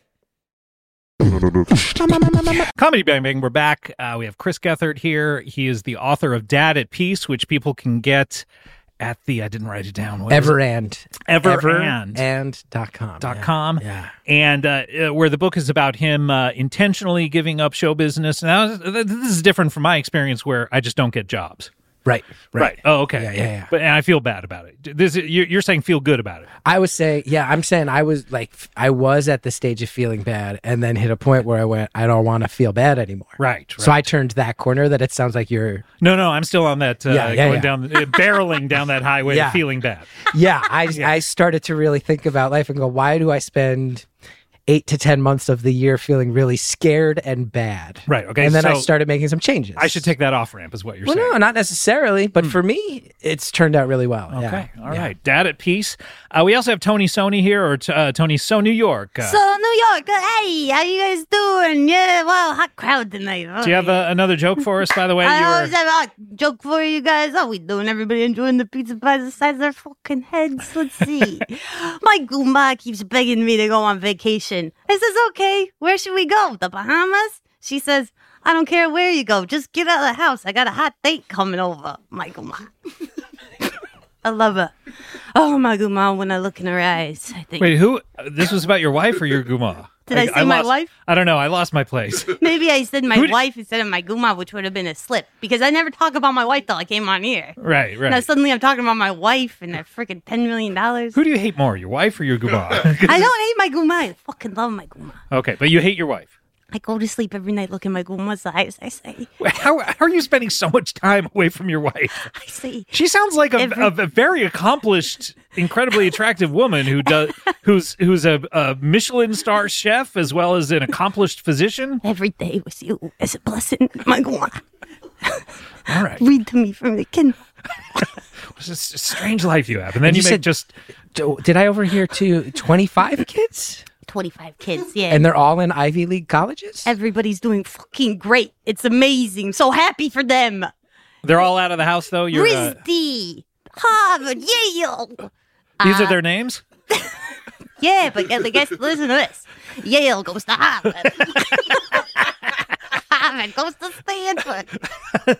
Comedy Bang Bang, we're back. Uh, we have Chris Gethard here. He is the author of Dad at Peace, which people can get at the, I didn't write it down. What is it? Ever and Ever and. and and dot com dot yeah. com Yeah. and uh, uh, where the book is about him uh, intentionally giving up show business now th- this is different from my experience where i just don't get jobs Right, right. oh okay Yeah, yeah, yeah. but and i feel bad about it this is- you're, you're saying feel good about it I was saying, yeah, I'm saying I was like, f- I was at the stage of feeling bad, and then hit a point where I went, I don't want to feel bad anymore. right, So I turned that corner that it sounds like you're. no no i'm still on that uh, Yeah, yeah, going yeah. down uh, barreling down that highway Yeah. of feeling bad Yeah, I I started to really think about life and go, why do I spend eight to ten months of the year feeling really scared and bad? Right, okay, And then I so- started making some changes. i should take that off ramp is what you're Well, saying no, not necessarily, but for me, it's turned out really well. Okay. all right. yeah. Dad at peace. Uh, we also have Tony Sony here, or t- uh, Tony So New York. Uh, So New York, uh, hey, how you guys doing? Yeah, wow, hot crowd tonight. do you have uh, another joke for us, by the way? You I were- always have a hot joke for you guys. How we doing? Everybody enjoying the pizza pies the size of their fucking heads. Let's see. My guma keeps begging me to go on vacation. I says, okay, where should we go? The Bahamas? She says, I don't care where you go. Just get out of the house. I got a hot date coming over. My guma. I love her. Oh, my guma, when I look in her eyes, I think. Wait, who? This was about your wife or your guma? Did I say my lost- wife? I don't know. I lost my place. Maybe I said my Who did- wife instead of my guma, which would have been a slip because I never talk about my wife till I came on here. right, right. Now suddenly I'm talking about my wife and that freaking ten million dollars. who do you hate more, your wife or your guma? I don't hate my guma. I fucking love my guma. okay, but you hate your wife. I go to sleep every night looking my guma's eyes. I say, How, how are you spending so much time away from your wife? I say, She sounds like a, Every- a, a very accomplished, incredibly attractive woman who does who's who's a, a Michelin star chef as well as an accomplished physician. every day with you is a blessing. My guma, All right, read to me from the Kindle. it's a s- strange life you have, and then you, you make said- just Do- Did I overhear to 25 kids? Twenty-five kids, yeah. And they're all in Ivy League colleges? Everybody's doing fucking great. It's amazing. So happy for them. they're all out of the house though. You're uh, RISD, Harvard, Yale. these uh, are their names. Yeah, but I guess listen to this. Yale goes to Harvard. Harvard goes to Stanford.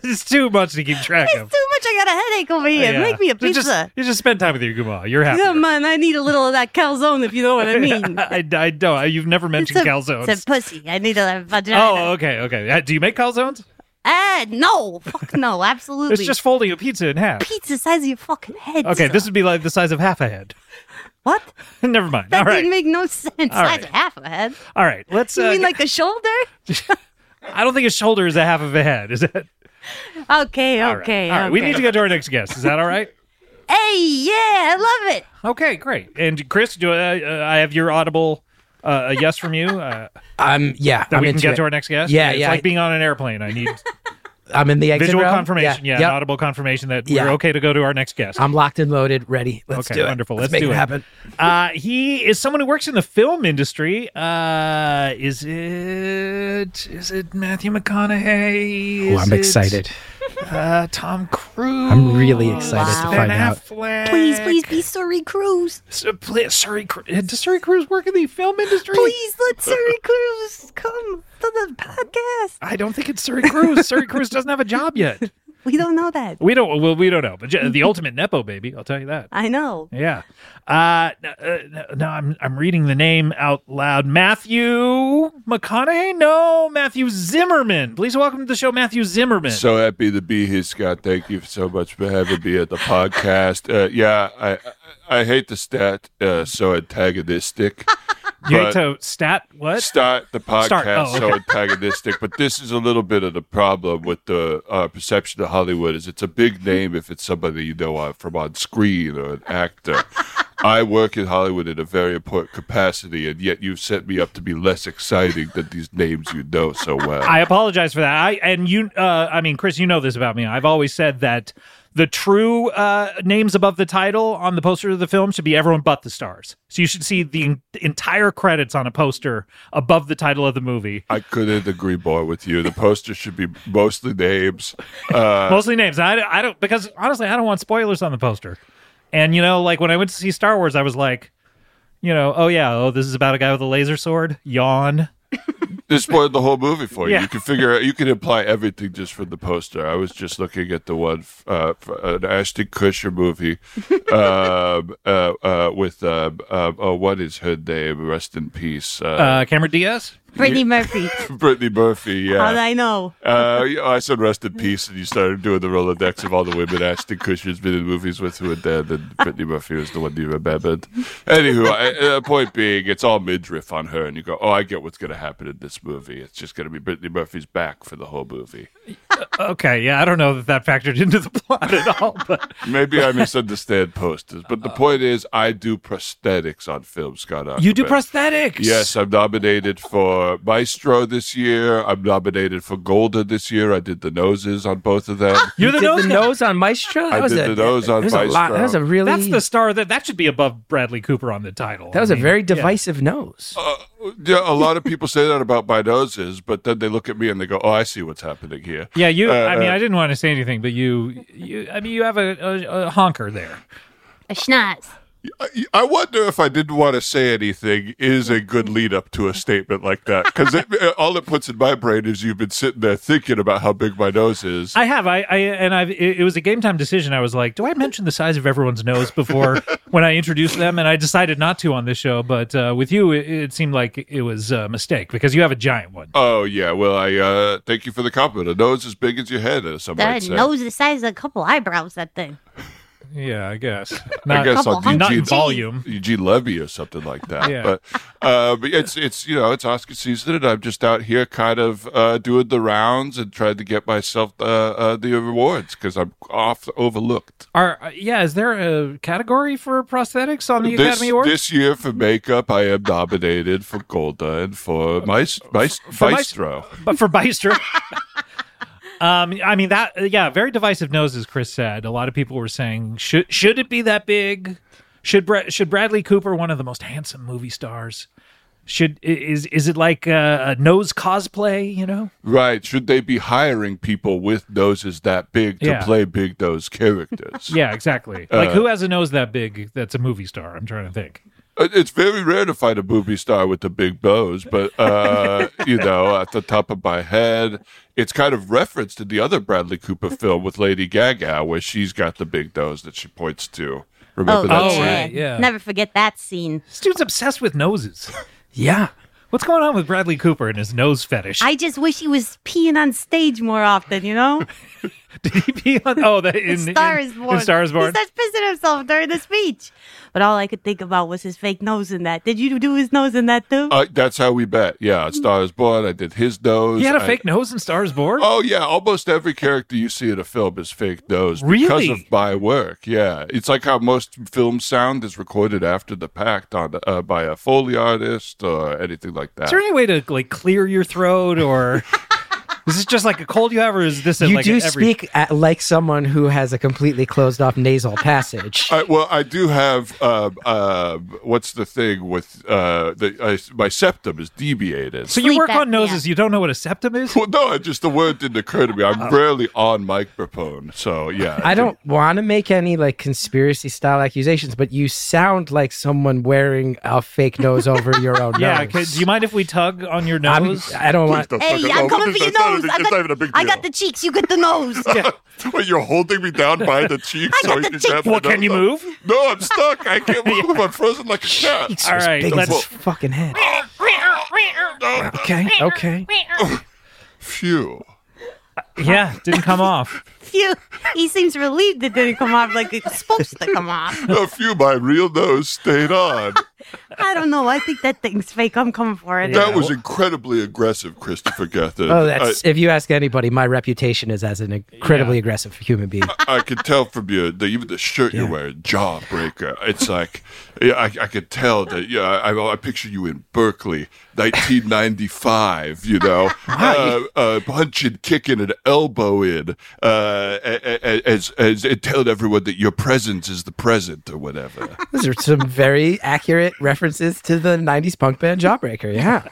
it's too much to keep track of. It's too much. I got a headache over here. Yeah. Make me a So just- pizza. you just spend time with your grandma. You're happy. Come on, I need a little of that calzone if you know what I mean. I, I don't. I- You've never It's mentioned a, calzones. it's a pussy. I need a vagina. oh, okay, okay. Uh, Do you make calzones? Ah, no. Fuck no. Absolutely. It's just folding a pizza in half. pizza size of your fucking head. Okay, sir. this would be like the size of half a head. What? never mind. That All right, didn't make no sense. Size right. of half a head. all right. Let's. You Uh, mean like a shoulder? I don't think a shoulder is a half of a head. Is it? Okay. Okay, okay. All right. All right, We okay. need to get to our next guest. Is that all right? Hey, yeah, I love it. okay, great. And Chris, do I, uh, I have your audible? Uh, a yes from you uh, Um, yeah. that I'm we can into get it. to our next guest. Yeah, it's yeah. like being on an airplane. I need I'm in the exit Visual row. confirmation, yeah, Yep. an audible confirmation that Yeah. Uh, we're okay to go to our next guest. I'm locked and loaded, ready. Let's Okay, do it. wonderful. Let's make do it it. happen. Uh, he is someone who works in the film industry. Uh, is it is it Matthew McConaughey? Oh, Is I'm it, excited. Uh, Tom Cruise. I'm really excited to Ben find out. Affleck. Please, please be Surrey Cruz. S- pl- Sorry, Cru- uh, does Sorry Cruise work in the film industry? Please let Surrey Cruz come to the podcast. I don't think it's Sorry Cruise. Sorry Cruise doesn't have a job yet. We don't know that. We don't. Well, we don't know. But j- the ultimate nepo baby, I'll tell you that. I know. Yeah. Uh, no, uh, no- no, I'm I'm reading the name out loud. Matthew McConaughey? No, Matthew Zimmerman. Please welcome to the show, Matthew Zimmerman. So happy to be here, Scott. Thank you so much for having me at the podcast. Uh, yeah, I I I hate the stat uh, so antagonistic. you but- hate to stat what? Start the podcast Start. Oh, so okay. antagonistic, but this is a little bit of the problem with the uh, perception of Hollywood is it's a big name if it's somebody you know uh, from on screen or an actor. I work in Hollywood in a very important capacity, and yet you've set me up to be less exciting than these names you know so well. I apologize for that. I and you. Uh, I mean, Chris, you know this about me. I've always said that the true uh, names above the title on the poster of the film should be everyone but the stars. So you should see the en- entire credits on a poster above the title of the movie. I couldn't agree more with you. The poster should be mostly names. Uh, mostly names. I, I don't because honestly, I don't want spoilers on the poster. And you know, like when I went to see Star Wars, I was like, you know, oh yeah, oh this is about a guy with a laser sword. Yawn. They spoiled the whole movie for you. Yeah. You can figure out, you can imply everything just from the poster. I was just looking at the one, uh, f- an Ashton Kutcher movie um, uh, uh, with, um, um, oh, what is her name? Rest in peace. Uh, Uh, Cameron Diaz. Brittany Murphy. Brittany Murphy, How'd yeah. I know? Uh, you know, I said rest in peace, and you started doing the Rolodex of all the women Ashton Kutcher's been in movies with who are dead, and Brittany Murphy was the one you remembered. Anywho, I, uh, point being, it's all midriff on her, and you go, oh, I get what's going to happen in this movie. It's just going to be Brittany Murphy's back for the whole movie. Okay, yeah, I don't know that that factored into the plot at all, but Maybe I misunderstand posters, but the point is, I do prosthetics on film, Scott. you do Ackerman. prosthetics. Yes, I'm nominated for Maestro this year. I'm nominated for Golda this year. I did the noses on both of them. you're the Did nose. the guy. nose on Maestro. That I was did a, the nose on that was a lot. That Maestro. was a really. That's the star that that should be above Bradley Cooper on the title. that was I a mean, very yeah. divisive nose. Uh, yeah, a lot of people say that about my noses, but then they look at me and they go, "Oh, I see what's happening here." Yeah, you. I Uh, mean, uh, I didn't want to say anything, but you. you I mean, you have a, a, a honker there. A schnoz. I, I wonder if I didn't want to say anything is a good lead up to a statement like that because it, all it puts in my brain is you've been sitting there thinking about how big my nose is. I have. I, I and I've. It, it was a game time decision. I was like, do I mention the size of everyone's nose before when I introduce them? And I decided not to on this show. But uh, with you, it, it seemed like it was a mistake because you have a giant one. Oh yeah, well I uh thank you for the compliment. A nose as big as your head, as some might That say. nose the size of a couple eyebrows, that thing. Yeah, I guess. I Not, guess on Couple not in Eugene, hundred. volume. Eugene Levy or something like that. Yeah. But uh, but it's it's you know it's Oscar season, and I'm just out here kind of uh, doing the rounds and trying to get myself uh, uh, the rewards because I'm oft overlooked. Are uh, yeah? Is there a category for prosthetics on the This, Academy Awards? this year for makeup, I am nominated for Golda and for Maes- Maes- Uh, for Maes- Maestro. but for Beister. Um, I mean that. Yeah, very divisive noses. Chris said a lot of people were saying should should it be that big? Should Bra- should Bradley Cooper, one of the most handsome movie stars, should i- is is it like uh, a nose cosplay? You know, Right? Should they be hiring people with noses that big to Yeah. play big nose characters? yeah, exactly. like who has a nose that big? That's a movie star. I'm trying to think. Uh, It's very rare to find a movie star with the big bows, but uh, you know, at the top of my head, it's kind of referenced in the other Bradley Cooper film with Lady Gaga, where she's got the big nose that she points to. Remember that? Oh, scene? right, yeah. Never forget that scene. This dude's obsessed with noses. Yeah. What's going on with Bradley Cooper and his nose fetish? I just wish he was peeing on stage more often, you know? Did he be on? Oh, the, in, Star in- is born. In Star is He born. starts pissing himself during the speech. But all I could think about was his fake nose in that. Did you do his nose in that too? Uh, that's how we met. Yeah, Star is Born. I did his nose. He had a I- fake nose in Star is born. Oh yeah, almost every character you see in a film is fake nose Really? because of my work. Yeah, it's like how most film sound is recorded after the pact on uh, by a foley artist or anything like that. Is there any way to like clear your throat or Is this just like a cold you have, or is this a, you like do a every- speak at, like someone who has a completely closed off nasal passage. I, well, I do have uh, uh, what's the thing with uh, the I, my septum is deviated. So you Sleep work on apnea. noses. You don't know what a septum is. Well, no, it just the word didn't occur to me. Oh. I'm rarely on microphone, so yeah. I don't want to make any like conspiracy style accusations, but you sound like someone wearing a fake nose over your own Yeah. nose. okay, do you mind if we tug on your I'm- nose? I don't Please want. don't Hey, fuck it I'm up. coming for It's your not even- nose. I it's not even a got, big I deal. got the cheeks. You get the nose. Wait, you're holding me down by the cheek I so got you the can cheek. have Well, can you another- move? No, I'm stuck. I can't move. I'm frozen like a cat. All right. Big as his Let's. fucking head. No, no. Okay. Okay. Uh, Phew. Yeah. Didn't come off. Phew. He seems relieved it didn't come off like it's supposed to come off. No, phew, my real nose stayed on. I don't know. I think that thing's fake. I'm coming for it. That was incredibly aggressive, Christopher Gethin. Oh, that's I, if you ask anybody, my reputation is as an incredibly aggressive human being. I could tell from your the, even the shirt you're wearing, jawbreaker. It's like, yeah, I, I could tell that. Yeah, I, I picture you in Berkeley, 1995. You know, uh, uh, punching, kicking, and elbow in, uh, a- a- a- as as and telling everyone that your presence is the present or whatever. Those are some very accurate references to the '90s punk band Jawbreaker. Yeah.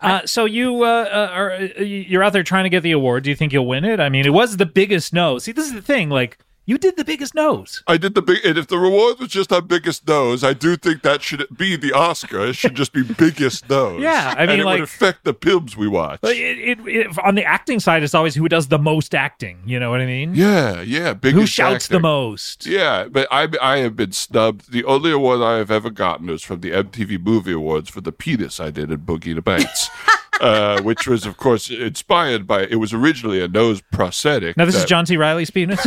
Uh, so you uh, uh, are uh, you're out there trying to get the award. Do you think you'll win it? I mean, it was the biggest nose. See, this is the thing. Like you did the biggest nose. I did the big, and if the reward was just our biggest nose, I do think that should be the Oscar. It should just be biggest nose. Yeah, I mean, and it like- would affect the films we watch. But It, it, it, on the acting side, it's always who does the most acting. You know what I mean? yeah, yeah, biggest. Who shouts actor. the most? Yeah, but I I have been snubbed. The only award I have ever gotten was from the MTV Movie Awards for the penis I did in Boogie the Banks, uh, which was of course inspired by. It was originally a nose prosthetic. Now this is that- John C. Riley's penis.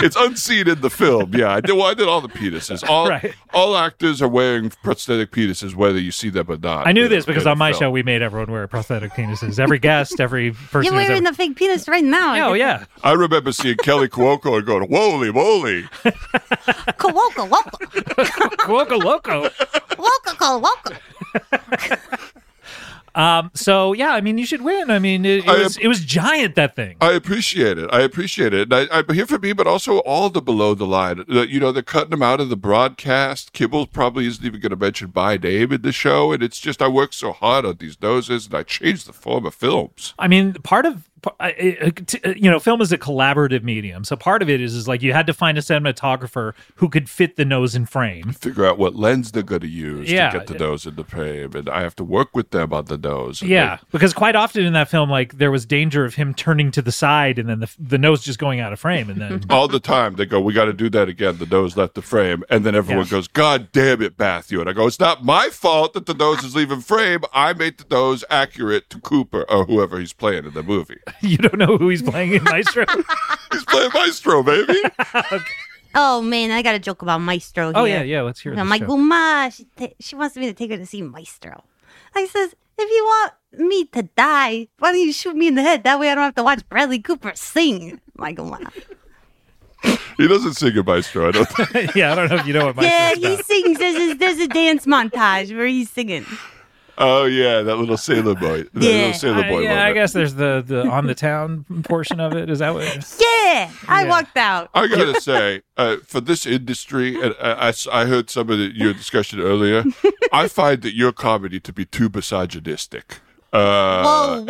it's unseen in the film. Yeah, I did. Well, I did all the penises. All Right. all actors are wearing prosthetic penises, whether you see them or not. I knew in- this because in on my film. show we made everyone wear prosthetic penises. Every guest, every person. You're who's wearing ever- the fake penis right now. Oh yeah. I remember seeing Kelly Cuoco and going, "Holy moly!" Kowalka, walka, Loco loco. walka, walka. Um, so yeah, I mean, you should win. I mean, it, it I was it was giant that thing. I appreciate it. I appreciate it. And I, I hear from me, but also all the below the line. The- You know, they're cutting them out of the broadcast. Kibble probably isn't even going to mention my name in the show. And it's just I work so hard on these noses, and I change the form of films. I mean, part of uh, t- uh, you know, film is a collaborative medium. So part of it is is like you had to find a cinematographer who could fit the nose in frame. Figure out what lens they're going to use Yeah. to get the nose in the frame, and I have to work with them on the nose. And Yeah, because quite often in that film, like there was danger of him turning to the side and then the the nose just going out of frame, and then they- all the time they go, "We got to do that again." The nose left the frame, and then everyone Yeah. goes, "God damn it, Matthew!" And I go, "It's not my fault that the nose is leaving frame. I made the nose accurate to Cooper or whoever he's playing in the movie. you don't know who he's playing in Maestro. He's playing Maestro, baby. Oh man, I got a joke about Maestro. oh here. yeah, yeah. Let's hear Now, this. my joke. grandma, she, ta- she wants me to take her to see Maestro. I says, if you want me to die, why don't you shoot me in the head? That way I don't have to watch Bradley Cooper sing. My grandma. he doesn't sing in Maestro. I don't. Think. yeah, I don't know if you know what Yeah, Maestro's he about. sings. There's a, there's a dance montage where he's singing. Oh yeah, that little sailor boy. That Yeah. little sailor Uh, boy. yeah, I moment. guess there's the, the on the town portion of it. Is that what? it is? Yeah, I Yeah. walked out. I gotta say, uh, for this industry, and I, I s- I heard some of the, your discussion earlier. I find that your comedy to be too misogynistic. Uh, Whoa, and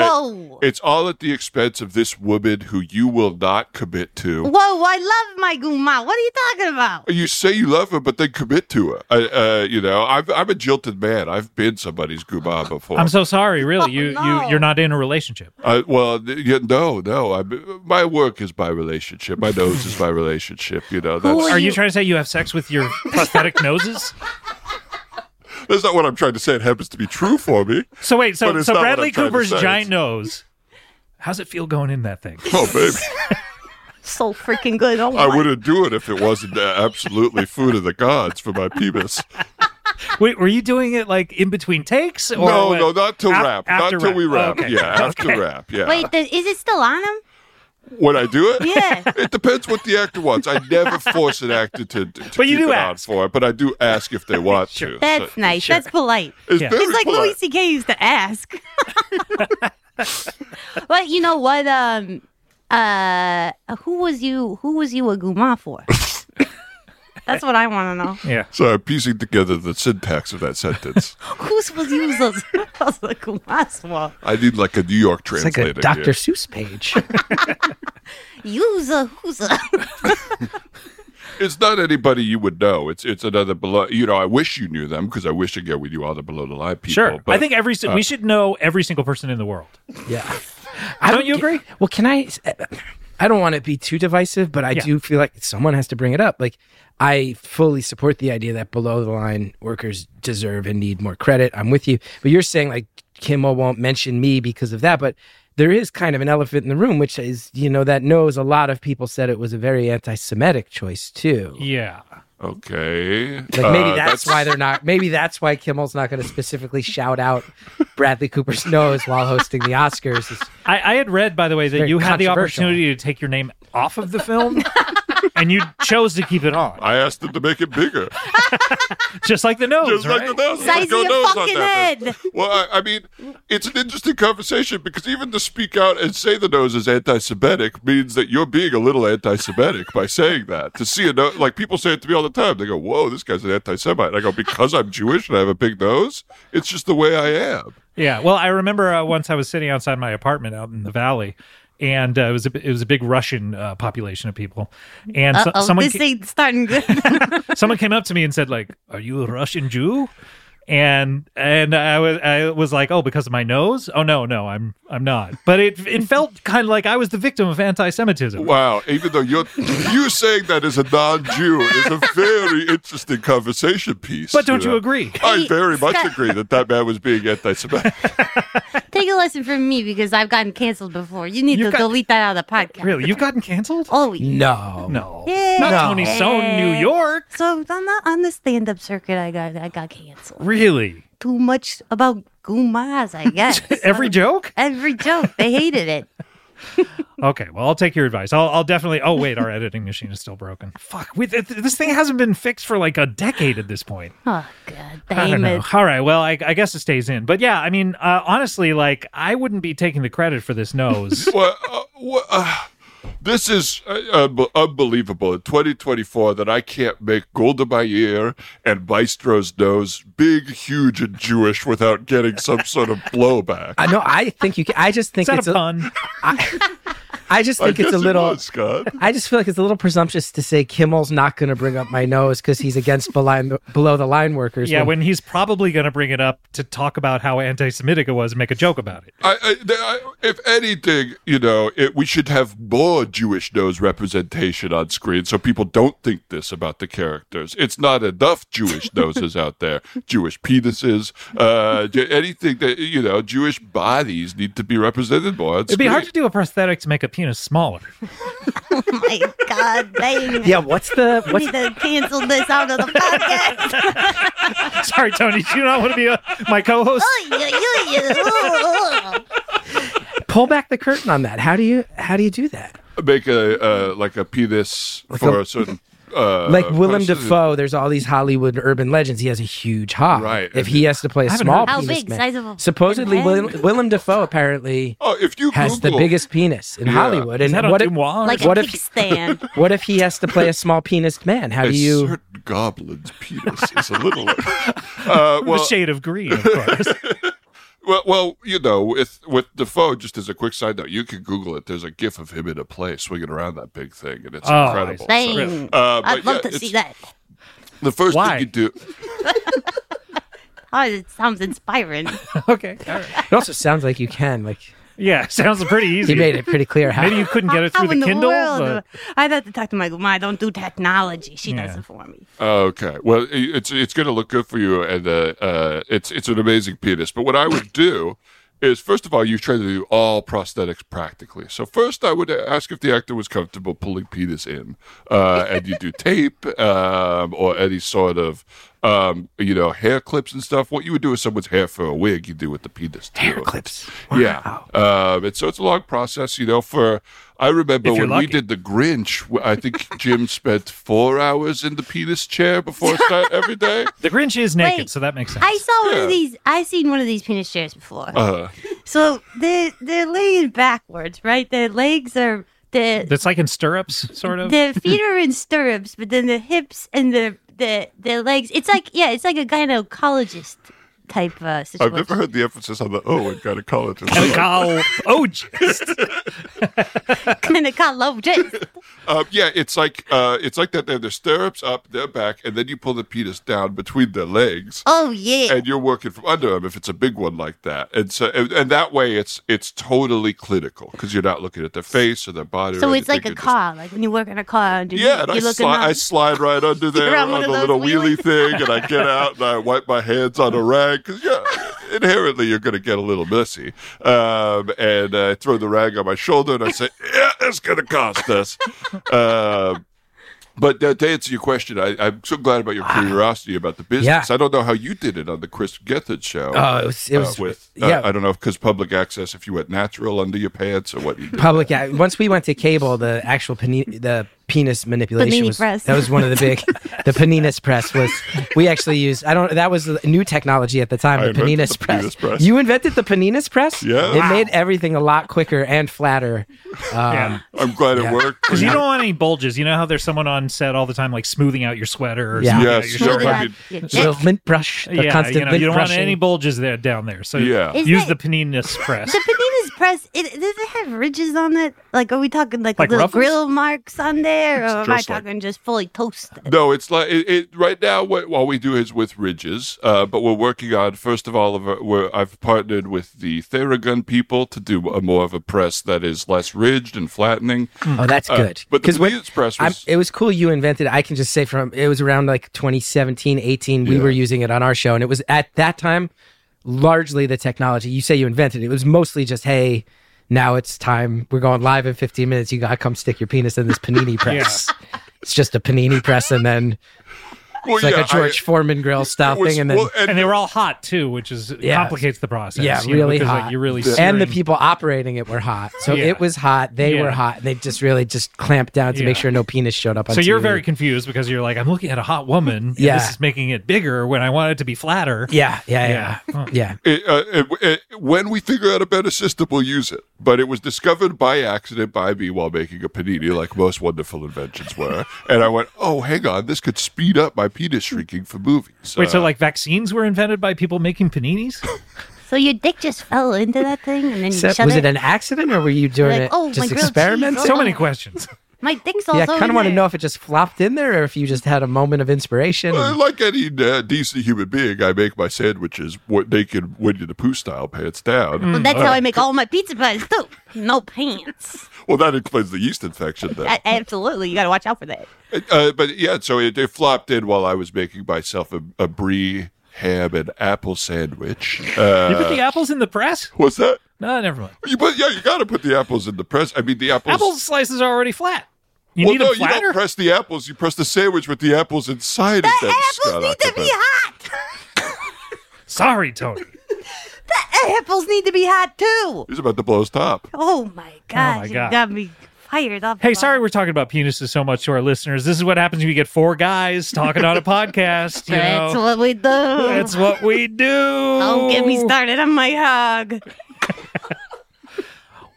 whoa. It's all at the expense of this woman who you will not commit to. Whoa, I love my grandma. What are you talking about? You say you love her, but then commit to her. Uh, uh, you know, I've, I'm a jilted man. I've been somebody's guba before. I'm so sorry, really. You no. you you're not in a relationship. I, well, th- yeah, no, no. I, my work is my relationship. My nose is my relationship. You know, that's, Are you trying to say you have sex with your prosthetic noses? that's not what I'm trying to say. It happens to be true for me. So wait, But so it's so not what Bradley I'm trying to Cooper's say. giant nose. How's it feel going in that thing? Oh, baby. So freaking good. Oh I my- wouldn't do it if it wasn't uh, absolutely food of the gods for my penis. Wait, were you doing it like in between takes? Or No, what? no, not to Af- rap. Not after till we Oh, rap. okay. Yeah, after rap. Yeah. Wait, th- is it still on him? When I do it? Yeah. It depends what the actor wants. I never force an actor to, to But you keep do it on ask. for it, but I do ask if they want to. That's So nice. That's polite. it's Yeah. very It's like polite. Louis C.K. used to ask. But you know what? Um, uh, who was you? Who was you a guma for? That's what I want to know. Yeah. So I'm piecing together the syntax of that sentence. Who's was you as, as a guma for? I need like a New York It's like translator. a Dr. here. Seuss page. You's a who's a. It's not anybody you would know. It's it's another below. You know, I wish you knew them because I wish again we knew all the below the line people. Sure. But uh, I think every si- we should know every single person in the world. yeah. Don't you agree? Well, can I? I don't want to be too divisive, but I Yeah. do feel like someone has to bring it up. Like, I fully support the idea that below the line workers deserve and need more credit. I'm with you, but you're saying like Kimmel won't mention me because of that, but. There is kind of an elephant in the room, which is, you know, that knows a lot of people said it was a very anti Semitic choice, too. Yeah. okay. Like maybe Uh, that's, why they're not. Maybe that's why Kimmel's not going to specifically shout out Bradley Cooper's nose while hosting the Oscars. It's- I, I had read, by the way, that very you had the controversial. opportunity to take your name off of the film, and you chose to keep it on, I asked them to make it bigger. just like the nose, Just right? like the nose. Size like of your your nose on fucking that thing. head. Well, I, I mean, it's an interesting conversation because even to speak out and say the nose is anti-Semitic means that you're being a little anti-Semitic by saying that. To see a nose, like people say it to me all the time. They go, "Whoa, this guy's an anti-Semite." And I go, "Because I'm Jewish and I have a big nose. It's just the way I am." Yeah. Well, I remember uh, once I was sitting outside my apartment out in the valley, and uh, it was a, it was a big Russian uh, population of people, and so- Uh-oh, someone oh, this ca- ain't starting good. someone came up to me and said like are you a russian jew and and i was i was like oh because of my nose oh no no i'm i'm not but it it felt kind of like i was the victim of anti-semitism Wow. Even though you're you saying that as a non-Jew is a very interesting conversation piece. but don't you, know? agree I very much Scott- agree that that man was being anti-Semitic. Take a lesson from me because I've gotten canceled before. You need You've to got- delete that out of the podcast. really you've gotten canceled Oh, yeah. no, no Yeah. not No. tony sohn new york So on the on the stand up circuit, I got I got canceled. really Too much about gumas, I guess. every joke every joke they hated it. okay well i'll take your advice i'll, I'll definitely oh wait our editing machine is still broken fuck we, th- this thing hasn't been fixed for like a decade at this point Oh god, I don't damn know. it. All right. Well, I, I guess it stays in. But yeah, I mean, uh, honestly, like I wouldn't be taking the credit for this nose. well, uh, well, uh, this is uh, unbe- unbelievable in 2024 that I can't make Gold of My Ear and Maestro's Nose big, huge, and Jewish without getting some sort of blowback. I no. I think you. Can, I just Is think that it's a pun? I, I just I think it's guess a it little. was, Scott. I just feel like it's a little presumptuous to say Kimmel's not going to bring up my nose because he's against below, below the line workers. yeah, when he's probably going to bring it up to talk about how anti-Semitic it was and make a joke about it. I, I, th- I, if anything, you know, it, we should have more Jewish nose representation on screen so people don't think this about the characters. It's not enough Jewish noses out there, Jewish penises, uh, j- anything that, you know, Jewish bodies need to be represented more. It'd be hard to do a prosthetic to make a penis smaller. Oh my god, dang it. yeah. What's the We what's need to cancel this out of the podcast. Sorry, Tony, do you not want to be a, my co-host? Oy, oy, oy, oy. pull back the curtain on that? How do you how do you do that? make a uh, like a penis for a- a, certain uh, Like Willem person. Dafoe, there's all these Hollywood urban legends. He has a huge hog. Right. If he has to play a haven't small heard- penis How big? man- Size of a- supposedly of a Willem, hen? Willem Dafoe apparently Oh, if you has Google, the biggest penis in Yeah. Hollywood. Is that And on what if, Dumois? or Like something? What a if- kick stand. what if he has to play a small penis man? How a do you? certain goblin's penis is a little. uh, the well, shade of green, of course. Well, well, you know, with with Defoe, just as a quick side note, you can Google it. There's a GIF of him in a play swinging around that big thing, and it's Oh, I see. incredible. Dang. Really? Uh, but I'd love yeah, to see it's- that. The first Why? thing you do, Oh, it sounds inspiring. okay. All right. It also sounds like you can. Like Yeah, sounds pretty easy. he made it pretty clear how. Maybe you couldn't get it How through in the Kindle. world? but- I'd have to talk to my grandma. I don't do technology. She does it for me. Okay. Well, i- it's it's going to look good for you, and uh, uh, it's it's an amazing penis. But what I would do is, first of all, you try to do all prosthetics practically. So first, I would ask if the actor was comfortable pulling penis in, uh, and you do tape um, or any sort of um, you know hair clips and stuff. What you would do with someone's hair for a wig, you do with the penis. Too. hair clips. Yeah. Um, and so it's a long process, you know. For I remember If you're when lucky. we did the Grinch, wh- I think Jim spent four hours in the penis chair before start every day. the Grinch is naked, Wait, so that makes sense. I saw one Yeah. Oh. of these. I seen one of these penis chairs before. Uh, So they they're laying backwards, right? Their legs are their That's like in stirrups, sort of. their feet are in stirrups, but then the hips and the the their legs. It's like yeah, it's like a gynecologist type uh, I've situation. never heard the emphasis on the oh and And a gynecologist. cow. Oh, just. gynecologist. uh, yeah, it's like uh, it's like that. They have their stirrups up, their back, and then you pull the penis down between their legs. Oh yeah. and you're working from under them if it's a big one like that. And so, and, and that way, it's it's totally clinical because you're not looking at their face or their body. or So it's anything. like a You're just- car, like when you work in a car and you, yeah, and I, you look sli- I slide right under there on, on one the of those little wheelie wheelies. thing, and I get out and I wipe my hands on a rag because yeah, inherently you're going to get a little messy. Um, and I throw the rag on my shoulder and I say, "Yeah, that's going to cost us." Um, but uh, to answer your question, I, I'm so glad about your curiosity about the business. Ah. Yeah. I don't know how you did it on the Chris Gethard show. Oh, it was. It uh, was with uh, yeah. I don't know because public access if you went natural under your pants or what you did. public. Yeah, once we went to cable, the actual panini, the penis manipulation Panini was press. that was one of the big. the paninas press was we actually used. I don't. That was the new technology at the time. I The invented paninas the press. peninas press. You invented the paninas press. Yeah. it Wow. made everything a lot quicker and flatter. Um, Yeah. I'm glad it worked. Because you don't want any bulges. You know how there's someone on set all the time, like smoothing out your sweater or Yeah. smoothing out Yes, your sure. shirt. I Smooth mean- it out. Yeah. The lint brush. The yeah, constant you, know, lint you don't want brushing. any bulges there down there. So Yeah. Is use that- the paninas press. The paninas press, it, does it have ridges on it? Like, are we talking like, Like little ruffles? grill marks on there, or am I just like- talking just fully toasted? No, it's like it, it right now. What all we do is with ridges, uh, but we're working on first of all. of our- We're, I've partnered with the Theragun people to do a more of a press that is less ridged and flattening. Oh, that's Uh, good. but the 'Cause when- Panini Express I'm- was- it was cool you invented. it. I can just say from it was around like 2017, 18. We Yeah. were using it on our show, and it was at that time largely the technology. You say you invented it. It was mostly just hey, now it's time. We're going live in 15 minutes. You gotta come stick your penis in this panini press. It's just a panini press, and then Well, it's like yeah, a George I- Foreman grill style it was- thing, and then. well, and they were all hot too, which is Yeah. complicates the process. yeah, you know, really because, hot. Like, you're really and the searing- people operating it were hot, so Yeah. it was hot. They Yeah. were hot, and they just really just clamped down to make Yeah. sure no penis showed up. On So you're TV. very confused because you're like, I'm looking at a hot woman. and Yeah. this is making it bigger when I want it to be flatter. yeah, yeah, yeah, Yeah. yeah. yeah. It, uh, it, it, when we figure out a better system, we'll use it. But it was discovered by accident by me while making a panini, like most wonderful inventions were. And I went, "Oh, hang on, this could speed up my penis shrinking for movies." Wait, so Uh, like vaccines were invented by people making paninis? So your dick just fell into that thing, and then you So, shut was it. it an accident or were you doing Like, it oh, my just grilled experiments? cheese. so many questions. My dick's also. Yeah, I kind in of want to there. know if it just flopped in there or if you just had a moment of inspiration. Uh, Um, and- like any uh, decent human being, I make my sandwiches wa- naked, Winnie the Pooh style, pants down. Well, that's how I make all my pizza pies too. No pants. Well, that includes the yeast infection, then. A- absolutely, you got to watch out for that. Uh, but yeah, so it, it flopped in while I was making myself a, a brie, ham, and apple sandwich. you Uh, put the apples in the press? what's that? No, never mind. You put, yeah, you got to put the apples in the press. I mean, the apples. Apple slices are already flat. You well, need no, a you don't flatter. press the apples. You press the sandwich with the apples inside. The it. That's apples got need to be octopus. hot. Sorry, Tony. The apples need to be hot too. He's about to blow his top. Oh my gosh, my you God. got me fired up. Hey, about sorry it. we're talking about penises so much to our listeners. This is what happens when you get four guys talking on a podcast. You That's know? what we do. That's what we do. Don't get me started on my hog.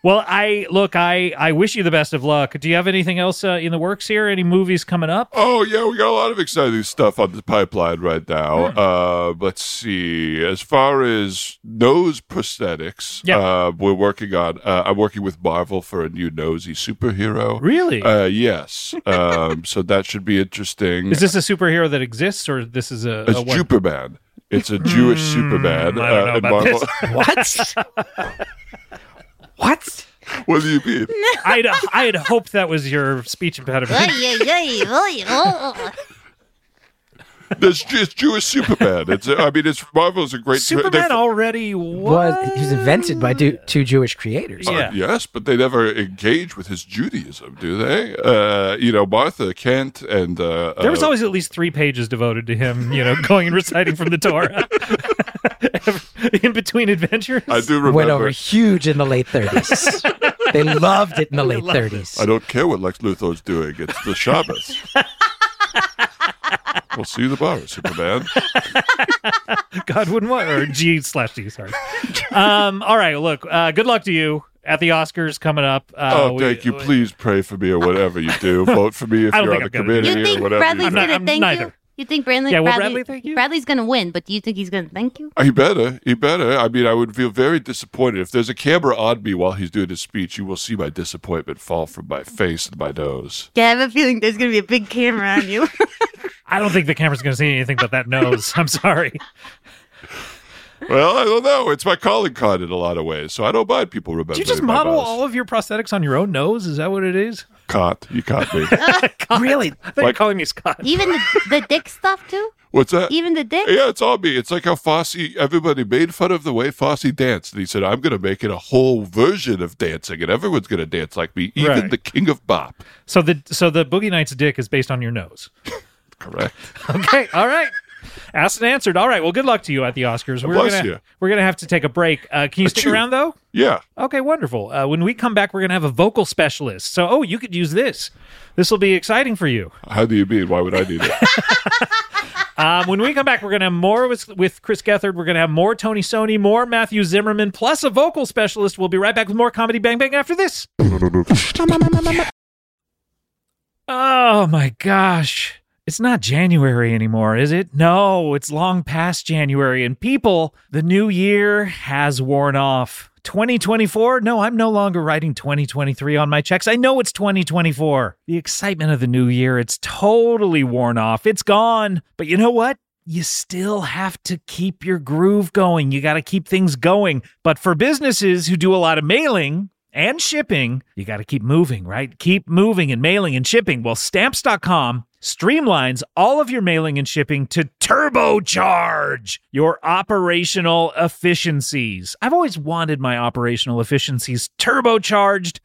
Well, I look, I I wish you the best of luck. Do you have anything else uh, in the works here? Any movies coming up? Oh yeah, we got a lot of exciting stuff on the pipeline right Hmm. now. Uh, let's see. As far as nose prosthetics, Yeah. uh, we're working on. Uh, I'm working with Marvel for a new nosy superhero. Really? Uh, yes. um, so that should be interesting. is this a superhero that exists, or this is a, It's a what? Superman. It's a Jewish Superman. I don't know in about Marvel. what? what? what do you mean? I'd I had hoped that was your speech impediment. Ay, ay, ay, oh. ay, ay. There's just Jewish Superman. It's. I mean, it's Marvel's a great. Superman they're- already was. Was he was invented by du- two Jewish creators? Yeah. Yes, but they never engage with his Judaism, do they? Uh, you know, Martha Kent and uh, There was uh, always at least three pages devoted to him, you know, going and reciting from the Torah in between adventures. I do Went over remember. huge in the late 30s. they loved it in the late 30s. I don't care what Lex Luthor's doing. It's the Shabbos. We'll see you tomorrow, Superman. Uh, Godwin what or G slash D, sorry. Um, all right, look, uh, good luck to you at the Oscars coming up. Uh, oh, we- thank you. Please pray for me or whatever you do. Vote for me if I don't you're on think the I'm gonna do committee that. You or think whatever. Bradley's you I'm not- do. gonna I'm thank neither. you? You think Bradley? Yeah, will Bradley, Bradley thank you? Bradley's gonna win, but do you think he's gonna thank you? Uh, He better. He better. I mean, I would feel very disappointed. If there's a camera on me while he's doing his speech, you will see my disappointment fall from my face and my nose. Yeah, I have a feeling there's gonna be a big camera on you. I don't think the camera's going to see anything but that nose. I'm sorry. Well, I don't know. It's my calling card in a lot of ways, so I don't mind people remembering. Do you just my model nose. all of your prosthetics on your own nose? Is that what it is? Caught. You caught me. Uh, Really? I thought you were Like- calling me Scott. Even the, the dick stuff too. What's that? Even the dick. Yeah, it's all me. It's like how Fosse, everybody made fun of the way Fosse danced. And he said, I'm going to make it a whole version of dancing, and everyone's going to dance like me, even Right. the king of bop. So the so the Boogie Nights dick is based on your nose. Correct. Okay. All right. Asked and answered. All right. Well, good luck to you at the Oscars. We're Bless gonna you. we're gonna have to take a break. Uh, can you stick Achoo. around though? Yeah. Okay, wonderful. Uh, when we come back, we're going to have a vocal specialist. So, oh, you could use this. This will be exciting for you. How do you mean? Why would I do that? Um, when we come back, we're going to have more with, with Chris Gethard. We're going to have more Tony Sony, more Matthew Zimmerman, plus a vocal specialist. We'll be right back with more Comedy Bang Bang after this. Oh, my gosh. It's not January anymore, is it? No, it's long past January. And people, the new year has worn off. 2024? No, I'm no longer writing 2023 on my checks. I know it's 2024. The excitement of the new year, it's totally worn off. It's gone. But you know what? you still have to keep your groove going. You got to keep things going. But for businesses who do a lot of mailing and shipping, you got to keep moving, right? Keep moving and mailing and shipping. Well, stamps.com streamlines all of your mailing and shipping to turbocharge your operational efficiencies. I've always wanted my operational efficiencies turbocharged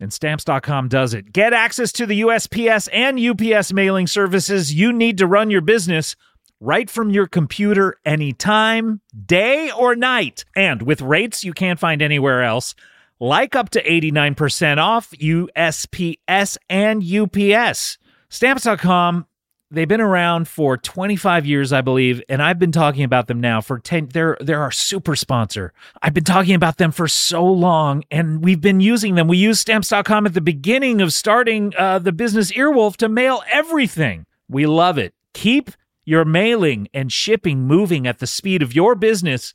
and stamps.com does it. Get access to the USPS and UPS mailing services you need to run your business right from your computer anytime, day or night. And with rates you can't find anywhere else, like up to 89% off USPS and UPS. Stamps.com They've been around for 25 years, I believe, and I've been talking about them now for 10. They're, they're our super sponsor. I've been talking about them for so long, and we've been using them. We used stamps.com at the beginning of starting uh, the business Earwolf to mail everything. We love it. Keep your mailing and shipping moving at the speed of your business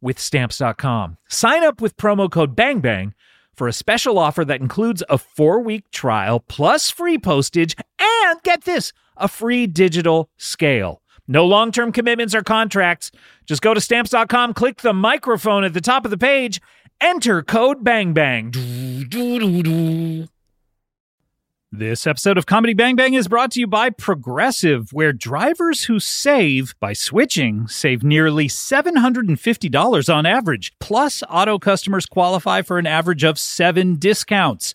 with stamps.com. Sign up with promo code BANGBANG for a special offer that includes a four week trial plus free postage and get this a free digital scale. No long term commitments or contracts. Just go to stamps.com, click the microphone at the top of the page, enter code BANGBANG. This episode of Comedy Bang Bang is brought to you by Progressive, where drivers who save by switching save nearly $750 on average. Plus, auto customers qualify for an average of seven discounts.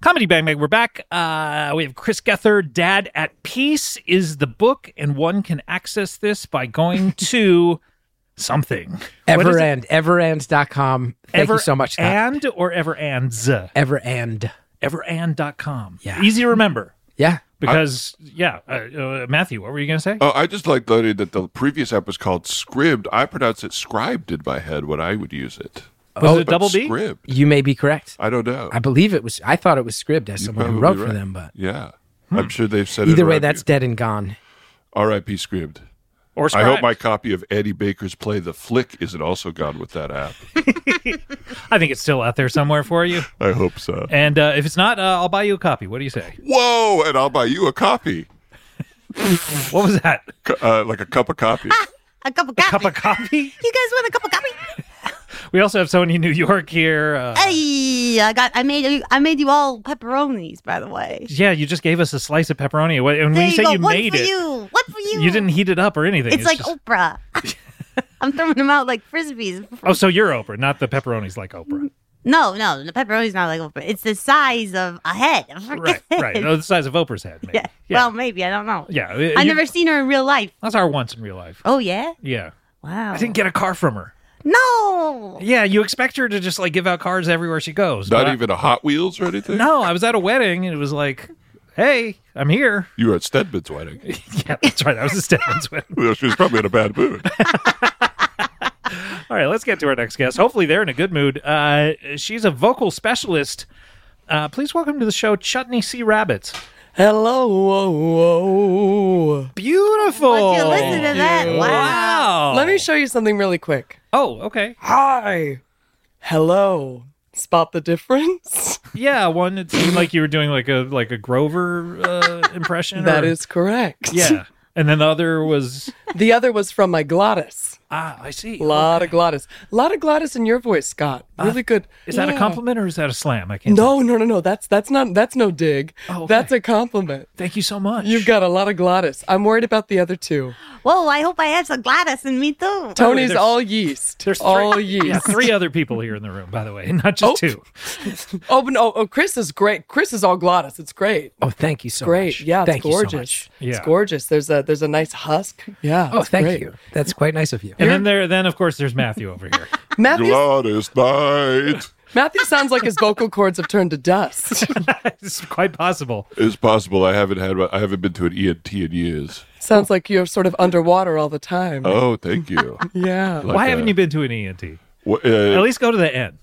Comedy Bang Bang, we're back. Uh, we have Chris Gethard, Dad at Peace is the book, and one can access this by going to something. What is it? Everand, everand.com. Thank Ever you so much. Scott. And or ever ands. Everand. Everand.com. Yeah. Easy to remember Yeah. because, yeah. Uh, uh, Matthew, what were you going to say? Oh, I just like learning that the previous app was called Scribd. I pronounce it scribed in my head when I would use it. Was oh, it a double B? Scribd. You may be correct. I don't know. I believe it was. I thought it was Scribd as You're someone who probably wrote right. for them, but Yeah. Hmm. I'm sure they've said it either way, around that's you. dead and gone. R.I.P. Scribd. Or I hope Scribd. my copy of Eddie Baker's play The Flick isn't also gone with that app. I think it's still out there somewhere for you. I hope so. And uh, if it's not, uh, I'll buy you a copy. What do you say? Whoa, and I'll buy you a copy. What was that? C- Uh, like a cup of coffee. A cup of coffee. Cup of coffee? you guys want a cup of coffee? We also have Sony New York here. Uh, Hey, I got. I made. you- I made you all pepperonis, by the way. yeah, you just gave us a slice of pepperoni. What- And when There you you say go. you One made for it, you. One for you. you didn't heat it up or anything. It's, like just- Oprah. I'm throwing them out like frisbees. Mm. oh, so you're Oprah, not the pepperonis like Oprah. No, no, the pepperoni's not like Oprah. It's the size of a head. A freaking Right, right. head. No, the size of Oprah's head. Maybe. Yeah. Well, maybe I don't know. yeah. you- I've never seen her in real life. I saw her once in real life. Oh yeah. Yeah. Wow. I didn't get a car from her. No. Yeah, you expect her to just like give out cars everywhere she goes. Not but I- even a Hot Wheels or anything. no, I was at a wedding and it was like, hey, I'm here. You were at Stedman's wedding. Yeah, that's right. That was a Stedman's wedding. Well, she was probably in a bad mood. All right, let's get to our next guest. Hopefully, they're in a good mood. Uh, she's a vocal specialist. Uh, please welcome to the show Chutney Sea Rabbits. Hello. Whoa, Beautiful. Would you listen to that? you. Wow. Wow. Let me show you something really quick. Oh, okay. Hi. Hello. Spot the difference? Yeah, one. It seemed like you were doing like a like a Grover uh, impression. That or- is correct. Yeah, and then the other was The other was from my glottis. ah, I see. Lot of glottis. Lot of glottis in your voice, Scott. Really good. Ah. Is that a Yeah. compliment or is that a slam? I can't. No, no, no, no. That's that's not that's no dig. Oh, okay. That's a compliment. Thank you so much. You've got a lot of glottis. I'm worried about the other two. Whoa. I hope I have some Gladys in me too. Tony's Oh, there's- all yeast. There's three, all yeah, yeast. three other people here in the room, by the way, not just Oh. two. Oh, but no, oh, Chris is great. Chris is all glottis. It's great. Oh, thank you so Great. much. Yeah, it's thank gorgeous. You so much. Yeah. It's gorgeous. There's a there's a nice husk. Yeah. Oh, it's thank great. you. That's quite nice of you. And then there, then of course, there's Matthew over here. Matthew Gladys Knight. Matthew sounds like his vocal cords have turned to dust. it's quite possible. It's possible I haven't had. I haven't been to an ENT in years. sounds like you're sort of underwater all the time. Oh, thank you. Yeah. Like, Why uh, haven't you been to an ENT? wha- At uh, least go to the end.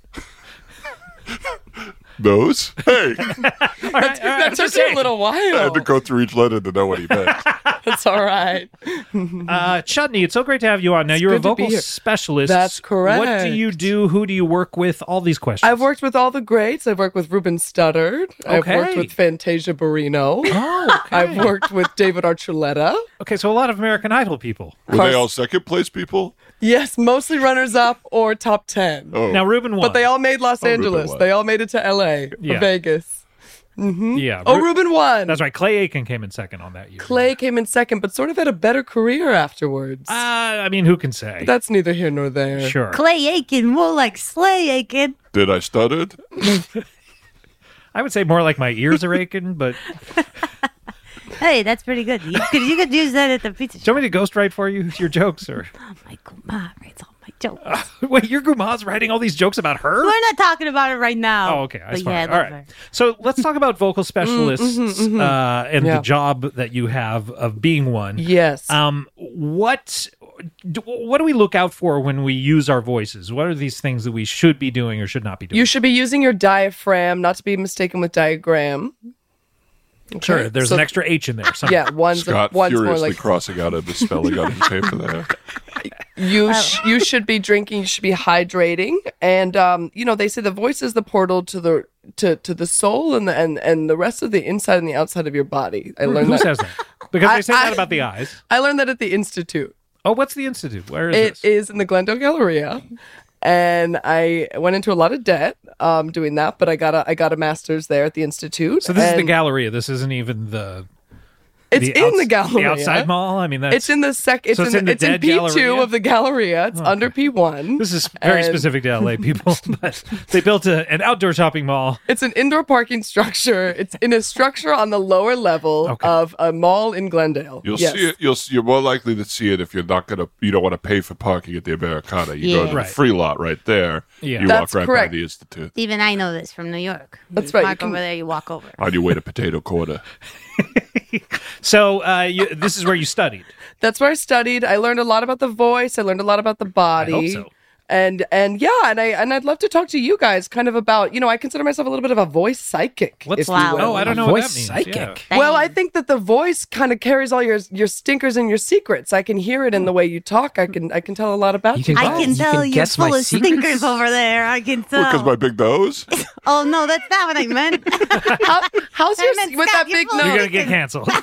those? Hey, I That took you a little had while. to go through each letter to know what he meant. That's all right. Uh, Chutney, it's so great to have you on. Now, you're a Mm-hmm. good to be vocal here. specialist. That's What do you do? Who do you work with? All these questions. I've worked with all the greats. I've worked with Ruben Studdard. I've Okay. worked with Fantasia Barrino. Oh, okay. I've worked with David Archuleta. okay, so a lot of American Idol people. Were they all second place people? Yes, mostly runners up or top 10. Oh, Now, Ruben won. But they all made Los Ruben Angeles. won. They all made it to LA, Yeah. or Vegas. yeah. Oh, Ru- Ruben won. That's right. Clay Aiken came in second on that year. Clay came in second, but sort of had a better career afterwards. Uh, I mean, who can say? That's neither here nor there. sure. Clay Aiken, more like Slay Aiken. did I stuttered? I would say more like my ears are aching, but Hey, that's pretty good. You could, you could use that at the pizza do you shop. want me to ghostwrite for you your jokes? or My grandma writes all my jokes. Uh-huh. Wait, your grandma's writing all these jokes about her? We're not talking about it right now. Oh, okay. I But spot yeah, I it. love All right. her. So let's talk about Mm, mm-hmm, vocal specialists Uh, and the Yeah. job that you have of being one. Yes. Um, what do, what do we look out for when we use our voices? What are these things that we should be doing or should not be doing? you should be using your diaphragm, not to be mistaken with diagram. sure. Okay, There's so- an extra H in there. Somewhere. Yeah, one's, Scott one's more furiously like crossing out a misspelling on his paper there. you. Sh- you should be drinking. You should be hydrating, and um, you know they say the voice is the portal to the to, to the soul and the and, and the rest of the inside and the outside of your body. I learned Who that. says that? Because I- they say I- that about the eyes. I learned that at the institute. Oh, what's the institute? Where is It this? is in the Glendale Galleria, and I went into a lot of debt um, doing that. But I got a I got a master's there at the institute. so this is the and Galleria. This isn't even the. um, It's the in outs- the Galleria. outside mall. I mean, that's It's in the sec. It's, So it's in, in the it's in dead P two Galleria? of the Galleria. It's under P one. This is very and- specific to LA people, but they built a, an outdoor shopping mall. It's an indoor parking structure. It's in a structure on the lower level Okay. of a mall in Glendale. You'll yes. see it. You'll see, you're more likely to see it if you're not gonna. You don't want to pay for parking at the Americana. You go Yeah. to Right. the free lot right there. Yeah. You That's walk right correct. by the institute Even I know this from New York. That's you right, you Park can- over there, you walk over. on your way to Potato Corner. So uh, you, this is where you studied. That's where I studied. I learned a lot about the voice. I learned a lot about the body. I hope so. And and yeah, and I and I'd love to talk to you guys kind of about, you know, I consider myself a little bit of a voice psychic. What's if you Wow. will. Oh, I don't know what Voice that means. psychic. Yeah. Well, I Dang. think that the voice kind of carries all your your stinkers and your secrets. I can hear it in the way you talk. I can I can tell a lot about You can- you. I Oh, can you tell can you're guess my full of secrets? stinkers over there. I can tell. Because my big nose. oh no, that's not what I meant. How, how's I your meant with Scott, that you're big full of You're nose? gonna get canceled.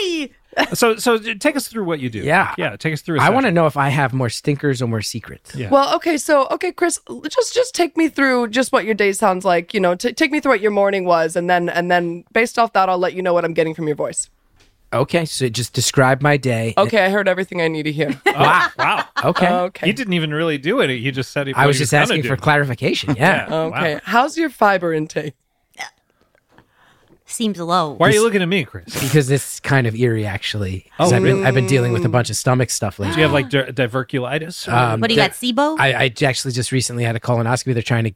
hey, so, so uh, take us through what you do. Yeah. yeah. Take us through. I I want to know if I have more stinkers or more secrets. Yeah. Well, okay, so okay, Chris, l- just just take me through just what your day sounds like. You know, t- take me through what your morning was, and then and then based off that, I'll let you know what I'm getting from your voice. Okay, so just describe my day. Okay, I heard everything I need to hear. wow. Oh, Wow. Okay. Okay. You didn't even really do it. Uh, You just said he. I was just asking for clarification. Yeah. Okay. How's your fiber intake? Seems low. Why are you looking at me, Chris? Do because it's kind of eerie actually. 'Cause I've been I've been dealing with a bunch of stomach stuff lately. you have like di- diverculitis? Or- Um, What do you got, SIBO? I, I actually just recently had a colonoscopy. They're trying to.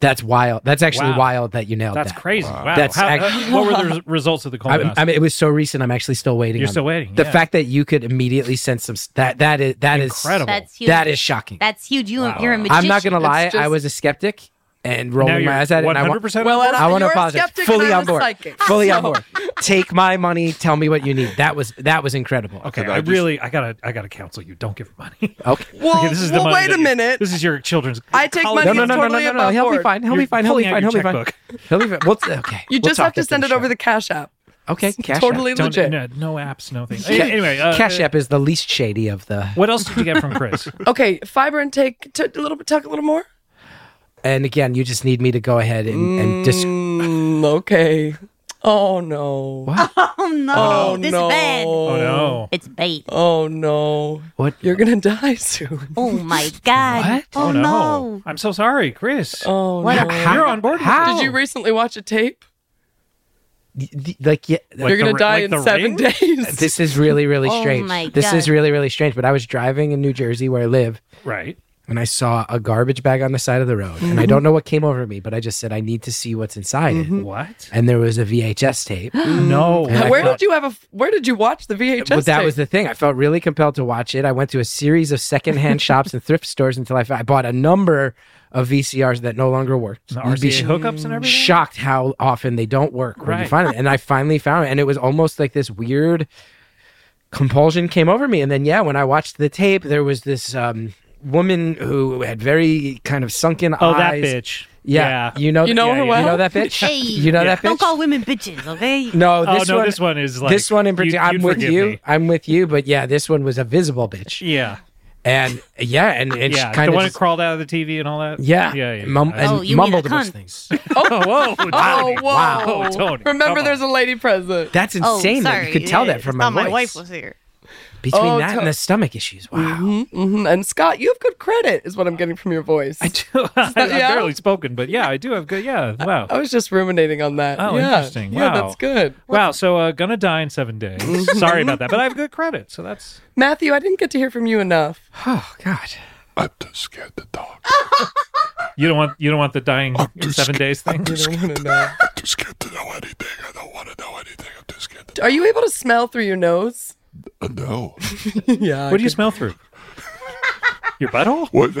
That's wild. That's actually Wow. wild that you nailed That's that. crazy. Wow. That's How- act- uh, what were the res- results of the I, colonoscopy? I mean, it was so recent. I'm actually still waiting. You're on still it. waiting, The yeah. fact that you could immediately sense some that that is that is Incredible. That's huge. That is shocking. That's huge. You, You're a magician. I'm not gonna lie. It's I just- was a skeptic and rolling you're my eyes at it. and I want- 100% Well, on and I want to you're a apologize. skeptic Fully and I'm on a board. psychic. Fully on board. Take my money. Tell me what you need. That was that was incredible. Okay, Could I I just- really, I gotta, I gotta counsel you. Don't give her money. Okay. Well, Okay, this is the well, money wait that a you- minute. This is your children's. I take college- money No, no, no, no, totally no, no, no. above He'll be board. fine. He'll be You're fine. He'll be pulling out fine. your He'll be fine. checkbook. He'll be fine. We'll, okay. You We'll just talk have to after send it show. over the Cash App. Okay. It's Cash App. totally Don't, legit. no, no apps, no things. Ca- anyway, uh, Cash uh, App is the least shady of the. What else did you get from Chris? Okay, fiber intake. T- a little bit. Talk a little more. And again, you just need me to go ahead and, and dis- Mm, okay. Oh no. Oh no, Oh this no. is bad. oh no! It's bait. Oh no. What? You're gonna die soon. Oh my god. What? Oh, no! no. I'm so sorry, Chris. Oh What? no. You're on board. With How? it. Did you recently watch a tape? y- y- like yeah, What? Like You're the gonna ri- die like the in seven ring? days. this is really really Oh strange. my this is God. really really strange. But I was driving in New Jersey where I live, Right. and I saw a garbage bag on the side of the road, and I don't know what came over me, but I just said I need to see what's inside Mm-hmm. it, What? and there was a VHS tape. No. I where thought- did you have a? f- Where did you watch the VHS? Well, that tape? was the thing. I felt really compelled to watch it. I went to a series of secondhand shops and thrift stores until I, found, I bought a number of VCRs that no longer worked. The You'd be RCA sh- hookups and everything. shocked how often they don't work when Right. you find them. And I finally found it, and it was almost like this weird compulsion came over me. And then, yeah, when I watched the tape, there was this um, woman who had very kind of sunken Oh, that eyes. bitch. Yeah, you know, You know her well? You know that bitch. Hey, You know that bitch. Don't call women bitches, okay? No, Oh this no, one. this one is like this one in you- particular, you'd I'm with forgive you. me. I'm with you, but yeah, this one was a visible bitch, Yeah. and yeah, and and Yeah. kind The of one that crawled out of the TV and all that. yeah, Yeah. yeah. mum- and Oh, you mean a mumbled a bunch of cunt. things. oh, whoa. Oh Tony. whoa! Wow, Tony, come Remember, on. there's a lady present. That's Oh, insane. that sorry. you could tell Yeah, that from it's my, not my voice. wife was here. Between Oh, that tell- and the stomach issues, wow. hmm And Scott, you have good credit, is what I'm getting from your voice. I, I've yeah? barely spoken, but yeah, I do have good. Yeah, wow, was just ruminating on that. Oh, yeah. interesting. Yeah, Wow. that's good. wow. So uh, gonna die in seven days. Sorry about that, but I have good credit, so that's Matthew, I didn't get to hear from you enough. Oh God. I'm too scared to talk. Ah. you don't want you don't want the dying in seven days thing. I don't wanna know. I'm too scared to know anything. I don't want to know anything. I'm too scared to Are you able to smell through your nose? uh, know. yeah. What do you smell through? Your butthole? What?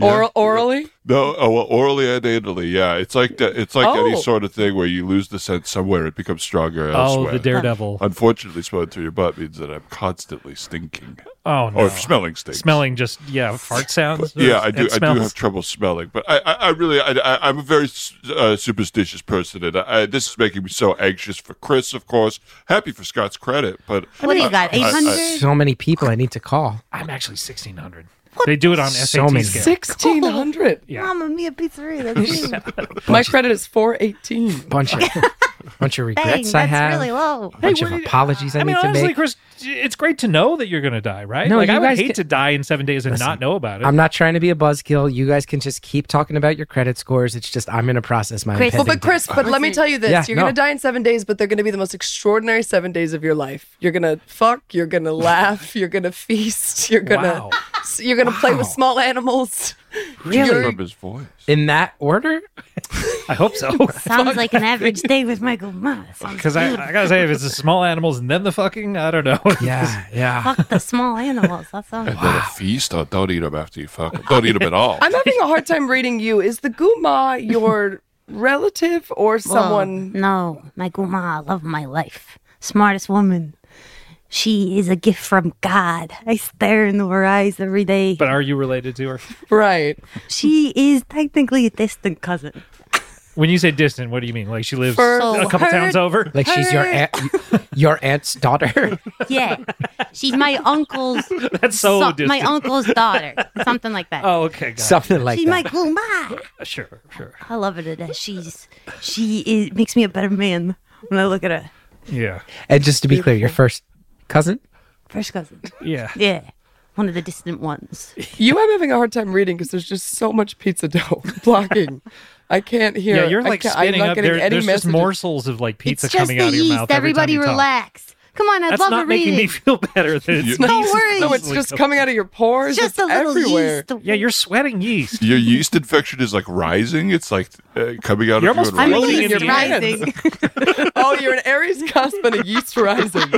Oral, orally? No, oh, well, orally and anally, yeah. It's like that. It's like any Oh. sort of thing where you lose the sense somewhere, it becomes stronger Oh, elsewhere. the daredevil. Unfortunately, smelling through your butt means that I'm constantly stinking Oh or no, smelling stinks. smelling just yeah, fart sounds. Yeah, I do. It I do have smells. trouble smelling, but I, I, I really, I, I, I'm a very uh, superstitious person, and I, I, this is making me so anxious for Chris, of course. Happy for Scott's credit, but What do you Uh, got? Eight Uh, hundred? So many people I need to call. I'm actually sixteen hundred. They do it on SAT So many. scale. 1600. Yeah. Mama Mia pizzeria. That's me. My credit is 418. Bunch of bunch of Dang, regrets that's I have. really low. bunch what of do you- apologies I, I mean, need to honestly, make. Chris, it's great to know that you're going to die, right? No, like you I would guys hate can- to die in seven days and not know about it. I'm not trying to be a buzzkill. You guys can just keep talking about your credit scores. It's just I'm gonna process my. Chris- Well, impending but Chris, but let me tell you this. Yeah, you're no. going to die in seven days, but they're going to be the most extraordinary seven days of your life. You're going to fuck. You're going to laugh. You're going to feast. You're going to Wow. you're going to play with small animals. Really? from his voice, death. in that order. I hope so. Sounds like an average day with Michael Ma. Sounds Because I, I gotta say, if it's the small animals and then the fucking, I don't know. Yeah, yeah. fuck the small animals. That Uh, sounds. and then a feast. Oh, don't eat them after you fuck them. Don't eat them at all. I'm having a hard time reading you. Is the Guma your relative or someone? Well, no, my grandma, love of my life, smartest woman. She is a gift from God. I stare into her eyes every day. But are you related to her? Right. she is technically a distant cousin. When you say distant, what do you mean? Like she lives For a couple her- towns over? Like she's your aunt, your aunt's daughter. Yeah, she's my uncle's. That's so son- my distant. uncle's daughter, something like that. oh, okay, got Something like she's that. my grandma. it. Sure, sure. I love her to death. She's she is makes me a better man when I look at her. Yeah. And just to be clear, your first cousin? First cousin. Yeah. Yeah. One of the distant ones. You, I'm having a hard time reading because there's just so much pizza dough blocking. I can't hear. Yeah, you're I like can't- spinning I'm not up. getting There, any there's just messages. morsels of like pizza it's just coming the out of your yeast. mouth. every time Everybody you talk. relax. Come on, I'd That's love not a making me reading. feel better. That it's Don't yeast worry. No, it's easily just coming- coming out of your It's pores. just it's a little everywhere. yeast. Yeah, you're sweating yeast. Your yeast infection is like rising. It's like uh, coming out You're of almost you in I'm floating waves. in yeast the air. rising. Oh, you're an Aries cusp and a yeast rising.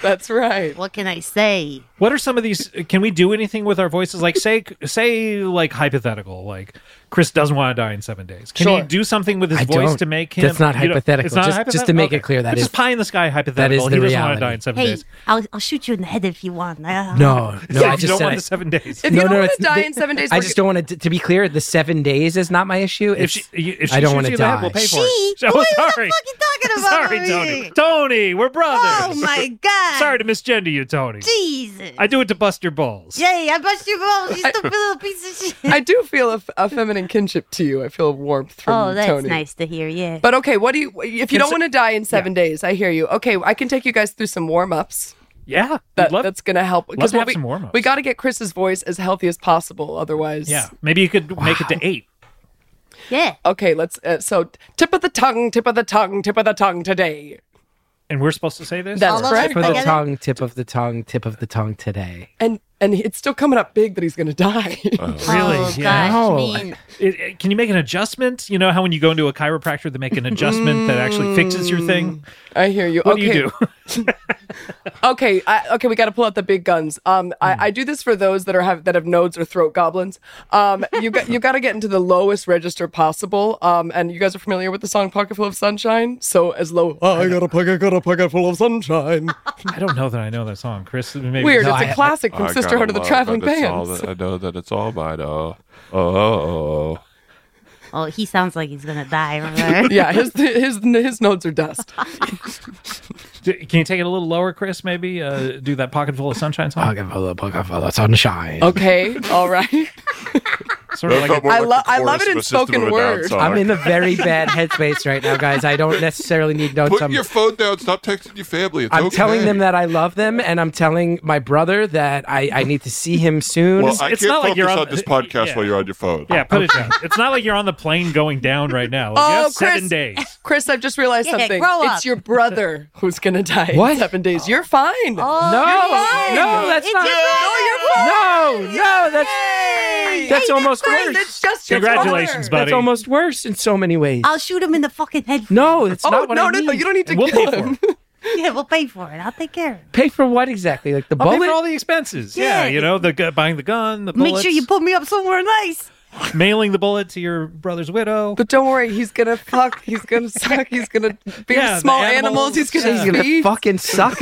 That's right. what can I say? What are some of these? uh, Can we do anything with our voices? Like say, say like hypothetical. Like Chris doesn't want to die in seven days. Can Sure. you do something with his I voice don't. to make him? That's not you don't- hypothetical. It's not Just- hypothetical. just to make it clear, that It's is- just pie in the sky hypothetical. the he doesn't want to reality. die in seven Hey, days. I'll, I'll shoot you in the head if you want. Uh, No, no, Yeah, I if you just don't said want I- the seven days. If you no, don't no, want it's- to die th- in seven days, I we're just don't want to. To be clear, the seven days is not my issue. If It's, she, you- if she I don't want wanna to die. die. we'll pay she? for it. what Oh, are sorry. you fucking talking about? Sorry, over Tony. here? Tony, we're Oh brothers. my god. Sorry to misgender you, Tony. Jesus. I do it to bust your balls. Yay, I bust your balls, you stupid little piece of shit. I do feel a, f- a feminine kinship to you. I feel warmth from Oh, that's Tony. nice to hear. Yeah. But okay, what do you? If you don't want to die in seven days, I hear you. Okay, I can take you guys through some warm ups. Yeah, That, we'd love- that's going to help. 'Cause to what have we, some warm-ups. We got to get Chris's voice as healthy as possible. Otherwise, yeah. Maybe you could make it to eight. yeah. Okay, let's. Uh, so tip of the tongue, tip of the tongue, tip of the tongue today. And we're supposed to say this? That's All of correct. it tip of the together? tongue, tip of the tongue, tip of the tongue today. And and it's still coming up big that he's going to die. Really? Oh, Yeah. gosh, No. man. It- it- can you make an adjustment? You know how when you go into a chiropractor, they make an adjustment that actually fixes your Mm. thing? I hear you. What okay. do you do? Okay, I, okay, we got to pull out the big guns. Um, I, I do this for those that are have that have nodes or throat goblins. Um, you got you got to get into the lowest register possible. Um, and you guys are familiar with the song "Pocket Full of Sunshine," so as low. Oh, I got a pocket, got a pocket full of sunshine. I don't know that I know that song, Chris. Maybe Weird, No, it's a I- classic from I Sisterhood gotta of the love Traveling that it's all Bands. that- I know that it's all mine. Oh, oh, oh, oh. Oh, he sounds like he's gonna die. Remember? yeah, his his his nodes are dust. D- Can you take it a little lower, Chris? Maybe uh, do that pocket full of sunshine song. Pocket full of, pocket full of sunshine. Okay, all right. Oh, Sort of like a- More I like lo- the I love chorus it in of a System spoken of a Down word. song. I'm in a very bad headspace right now, guys. I don't necessarily need notes. Put I'm, your phone down. Stop texting your family. It's I'm okay. telling them that I love them, and I'm telling my brother that I, I need to see him soon. Well, I It's can't not like focus you're on- on this podcast yeah. while you're on your phone. yeah, put it down. It's not like you're on the plane going down right now. Like, you Oh, have seven Chris. days. Chris, I've just realized Yeah, something. grow It's up. your brother who's gonna die What? in seven days. You're fine. Oh, No, yeah. no, that's It's not- your Oh, no, no, that's that's almost Chris, worse. it's just your Congratulations, brother. buddy. That's almost worse in so many ways. I'll shoot him in the fucking head. no, that's Oh not what no, I no, mean. no! You don't need to We'll kill pay for him. it. Yeah, we'll pay for it. I'll take care of it. pay for what exactly? Like the I'll pay bullet? for all the expenses. Yeah, Yeah. you know, the gu- buying the gun, the Make bullets, sure you put me up somewhere nice. mailing the bullet to your brother's widow. But don't worry, he's gonna fuck. He's gonna suck. He's gonna be Yeah, with small the animals. animals. He's gonna, He's gonna feed. fucking suck.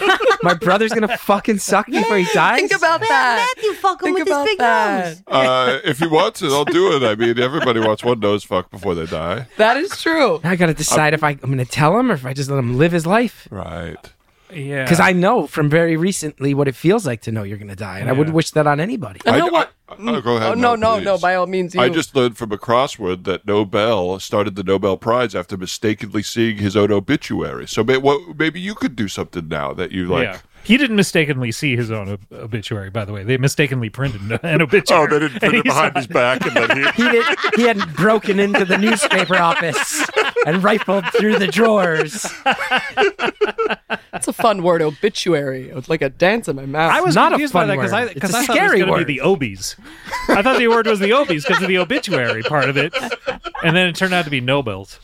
My brother's gonna fucking suck before he dies. Think about Man, that. Matthew fuck him Think with his about big that. nose. Uh, if he wants it, I'll do it. I mean, everybody wants one nose fuck before they die. That is true. I gotta decide if I, I'm gonna tell him or if I just let him live his life. Right. Yeah, Because I know from very recently what it feels like to know you're gonna die, and I wouldn't wish that on anybody. You I- know what? I- I- oh, go ahead, Oh, no, no, no, no. please. By all means, you. I just learned from a crossword that Nobel started the Nobel Prize after mistakenly seeing his own obituary. So may, what, maybe you could do something now that you like. yeah. He didn't mistakenly see his own ob- obituary, by the way. They mistakenly printed an- an obituary. Oh, they didn't put And it he behind saw- his back, and then he. He did, he hadn't broken into the newspaper office and rifled through the drawers. That's a fun word, obituary. It's like a dance in my mouth. I was Not a confused fun by that because word. I, It's cause a I thought it was scary going to word. be the Obies. I thought the word was the Obies because of the obituary part of it. And then it turned out to be Nobels.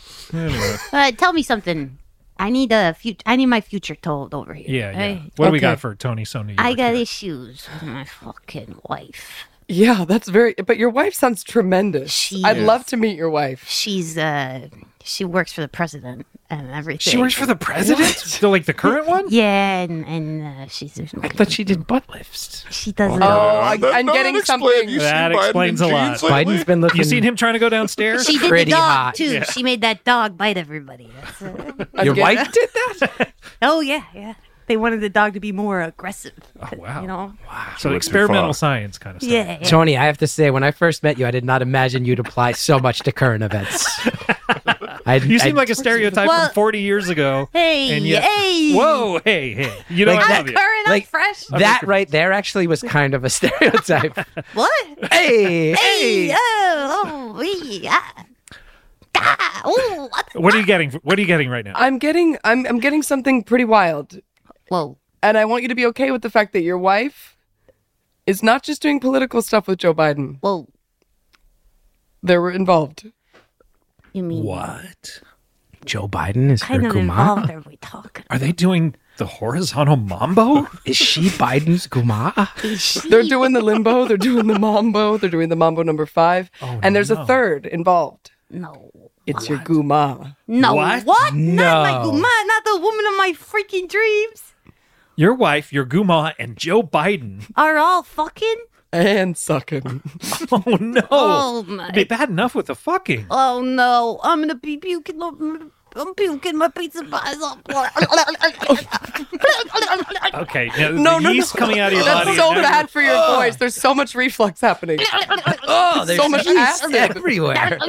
Uh, tell me something. I need a future. I need my future told over here. Yeah, yeah. Hey, What do we okay. got for Tony Sony? I got issues with my fucking wife. Yeah, that's very. But your wife sounds tremendous. She I'd is. love to meet your wife. She's uh, she works for the president and everything. She works for the president? So, like the current one? Yeah, and and uh, she's I thought she did butt lifts. she doesn't. Oh, I- Uh, that- I'm no, getting that explain- something. you seen That Biden in explains a lot. jeans lately? Biden's been looking. You seen him trying to go downstairs? she did the pretty dog hot. too. She made that dog bite everybody. That's, uh, I'd Your get wife that. did that. oh yeah, yeah. They wanted the dog to be more aggressive. Oh, wow. You know. so Went too experimental far. science kind of stuff. Yeah. yeah. Tony, I have to say, when I first met you, I did not imagine you'd apply so much to current events. I, You seem I- like a stereotype Well- from 40 years ago. Hey, and yet- hey. Whoa, hey, hey. You know Like I I'm love you. current. I'm Like- fresh. that right there actually was kind of a stereotype. what? hey, Hey, hey, oh, oh, wee, ah. Ah, ooh, what? What are you getting? What are you getting right now? I'm getting I'm I'm getting something pretty wild. Whoa. And I want you to be okay with the fact that your wife is not just doing political stuff with Joe Biden. Whoa. They were involved. You mean What? Joe Biden is her kind of guma. involved are we talking? Are they doing the horizontal mambo? Is she Biden's guma? They're doing the limbo, they're doing the mambo, they're doing the mambo number 5, Oh, and there's a third involved. No. It's your guma. No. What? What? Not my No. guma, not the woman of my freaking dreams. Your wife, your guma, and Joe Biden. Are all fucking? And sucking. Oh no! Oh, my. It'd be bad enough with the fucking. Oh no, I'm gonna be puking. up- I'm puking my pizza pies up. Okay, now, No, the no, yeast no. coming out of your That's body. so now- bad for your voice. There's so much reflux happening. Oh, there's so much yeast acid. everywhere.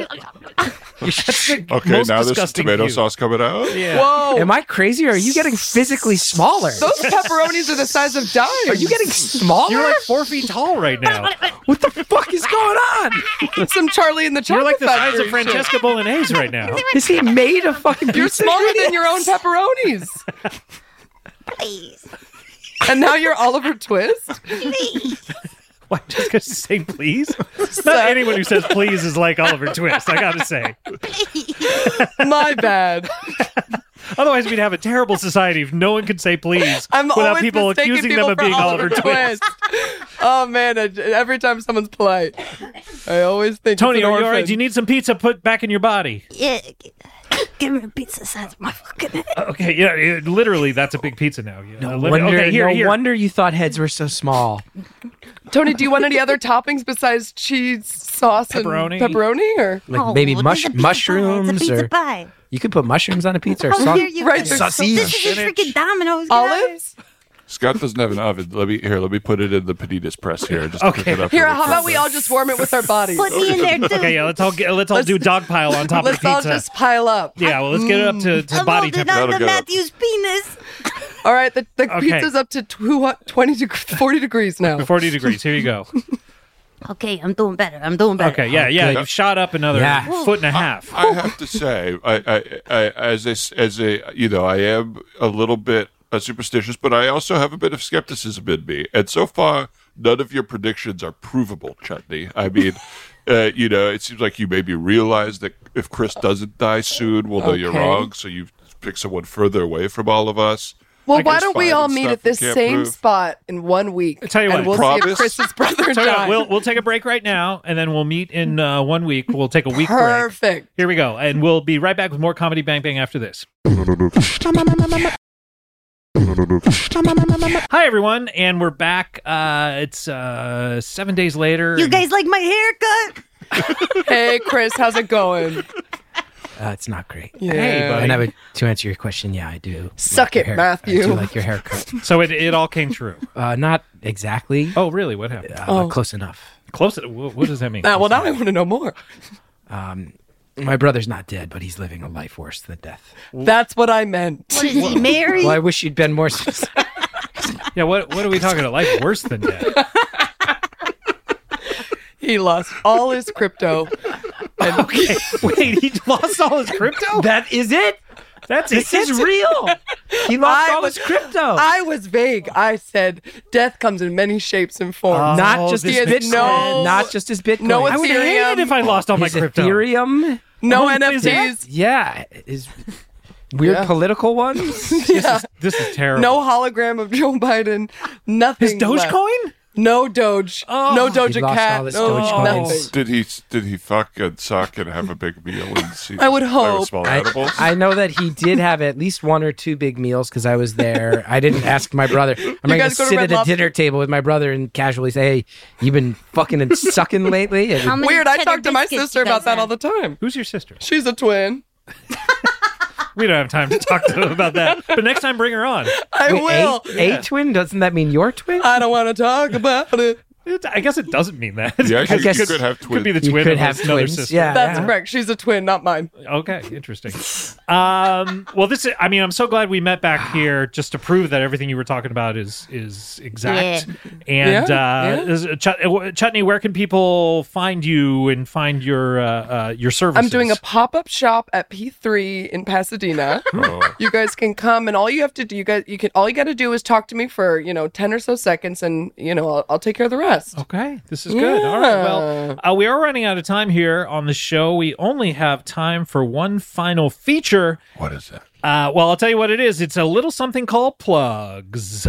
Okay, Most now there's disgusting tomato you. sauce coming out. Yeah. Whoa. Am I crazy or are you getting physically smaller? Those pepperonis are the size of dimes. Are you getting smaller? You're like four feet tall right now. what the fuck is going on? some Charlie in the Chocolate You're like the size Factory of shit. Francesca Bolognese right now. Is he made of fucking pizza? You're smaller than your own pepperonis. Please, And now you're Oliver Twist. please. Why? Just because you say please? Not anyone who says please is like Oliver Twist. I gotta say. My bad. Otherwise, we'd have a terrible society if no one could say please I'm without always people mistaking accusing people them of for being Oliver Twist. oh man! I, every time someone's polite, I always think Tony, it's an are you all orphan. right? Do you need some pizza put back in your body? Yeah, g- give me a pizza size of my fucking head. Uh, Okay, yeah, it- literally, that's a big pizza now. Yeah, No uh, lit- wonder, okay, here, no here. wonder you thought heads were so small. Tony, do you want any other toppings besides cheese, sauce, Pepperoni? and pepperoni? Or Like Oh, maybe there's mush- a pizza Pie. It's mushrooms a pizza or pie. you could put mushrooms on a pizza or Oh, some- here you Right, go. there's sausage. This is a freaking dominoes. Get out of olives? Scott doesn't have an oven. Let me here. Let me put it in the panitas press here. Just Okay. Pick it up Here, really how about we quick. all just warm it with our bodies? Put me in there too. Okay, yeah, let's all get, let's all Let's- do dog pile on top of the Let's pizza. all just pile up. yeah, well, let's get it up to, to I'm body holding temperature. on to That'll go. Matthew's penis. All right, the, the Okay. pizza's up to tw- 20 deg- 40 degrees now. 40 degrees. Here you go. Okay, I'm doing better. I'm doing better. Okay, yeah, yeah. You've shot up another Yeah. foot and a half. I have to say, I, I, I as a, s- as a you know, I am a little bit uh, superstitious, but I also have a bit of skepticism in me. And so far, none of your predictions are provable, Chutney. I mean. Uh, you know, it seems like you maybe realize that if Chris doesn't die soon, we'll know you're Okay. wrong. So you pick someone further away from all of us. Well, why guess don't we five all and meet stuff at we this can't same prove. spot in one week? tell you and what. we'll see Promise? if Chris's brother So, yeah, died. we'll we'll take a break right now, and then we'll meet in uh, one week. We'll take a week break. Perfect. Here we go, and we'll be right back with more comedy bang bang after this. Hi everyone, and we're back. Uh, it's uh, seven days later. You and- guys like my haircut? Hey, Chris, how's it going? Uh, it's not great. Yeah. buddy. And I would to answer your question, yeah, I do. Suck your it, Matthew. I do like your haircut. so it, it all came true. uh, not exactly, uh, Oh really? What happened? Oh. but close enough. Close. It, what, what does that mean? Now, Ah, well, now I want to know more. Um, My brother's not dead, but he's living a life worse than death. That's what I meant. What is he married? Well, I wish you'd been more. s- Yeah. What What are we talking about? Life worse than death. He lost all his crypto. Okay. Wait, he lost all his crypto? that is it. That's This it? is real. He lost I all was- his crypto. I was vague. I said death comes in many shapes and forms. Uh, not Oh, just this his Bitcoin. is no- not just his Bitcoin. no I would hate it Ethereum. if I lost all my his crypto. Ethereum. no is it? NFTs, Yeah, his weird Yeah. political ones. This is terrible. no hologram of Joe Biden, nothing. His left. Dogecoin? No Doge. Oh. no He Doja lost Cat. all his no Dogecoins. nothing. Did he did he fuck and suck and have a big meal and see? I would play with hope. small I, animals? I know that he did have at least one or two big meals because I was there. I didn't ask my brother. I'm not going guys to go to sit Red at a Lobster? dinner table with my brother and casually say, "Hey, you've been fucking and sucking lately." And How many Weird. I cheddar talk to my biscuits you sister guys about that all have? the time. Who's your sister? She's a twin. We don't have time to talk to him about that. But next time, bring her on. I Wait, eh? will. Uh, A, a twin? Doesn't that mean your twin? I don't want to talk about it. It- I guess it doesn't mean that. You actually guess- could have twins. could be the You twin could of have another twins. sister. Yeah, That's yeah. correct. She's a twin, not mine. Okay, interesting. um, well, this is, I mean, I'm so glad we met back here just to prove that everything you were talking about is is exact. And Yeah, uh, is- Chut- uh, Chutney, where can people find you and find your uh, uh, your services? I'm doing a pop up shop at P3 in Pasadena. Oh. You guys can come, and all you have to do, you guys, you can all you got to do is talk to me for you know ten or so seconds, and you know I'll, I'll take care of the rest. Okay, this is good. All right. Well, uh, we are running out of time here on the show. We only have time for one final feature. What is that? Uh, well, I'll tell you what it is. It's a little something called plugs.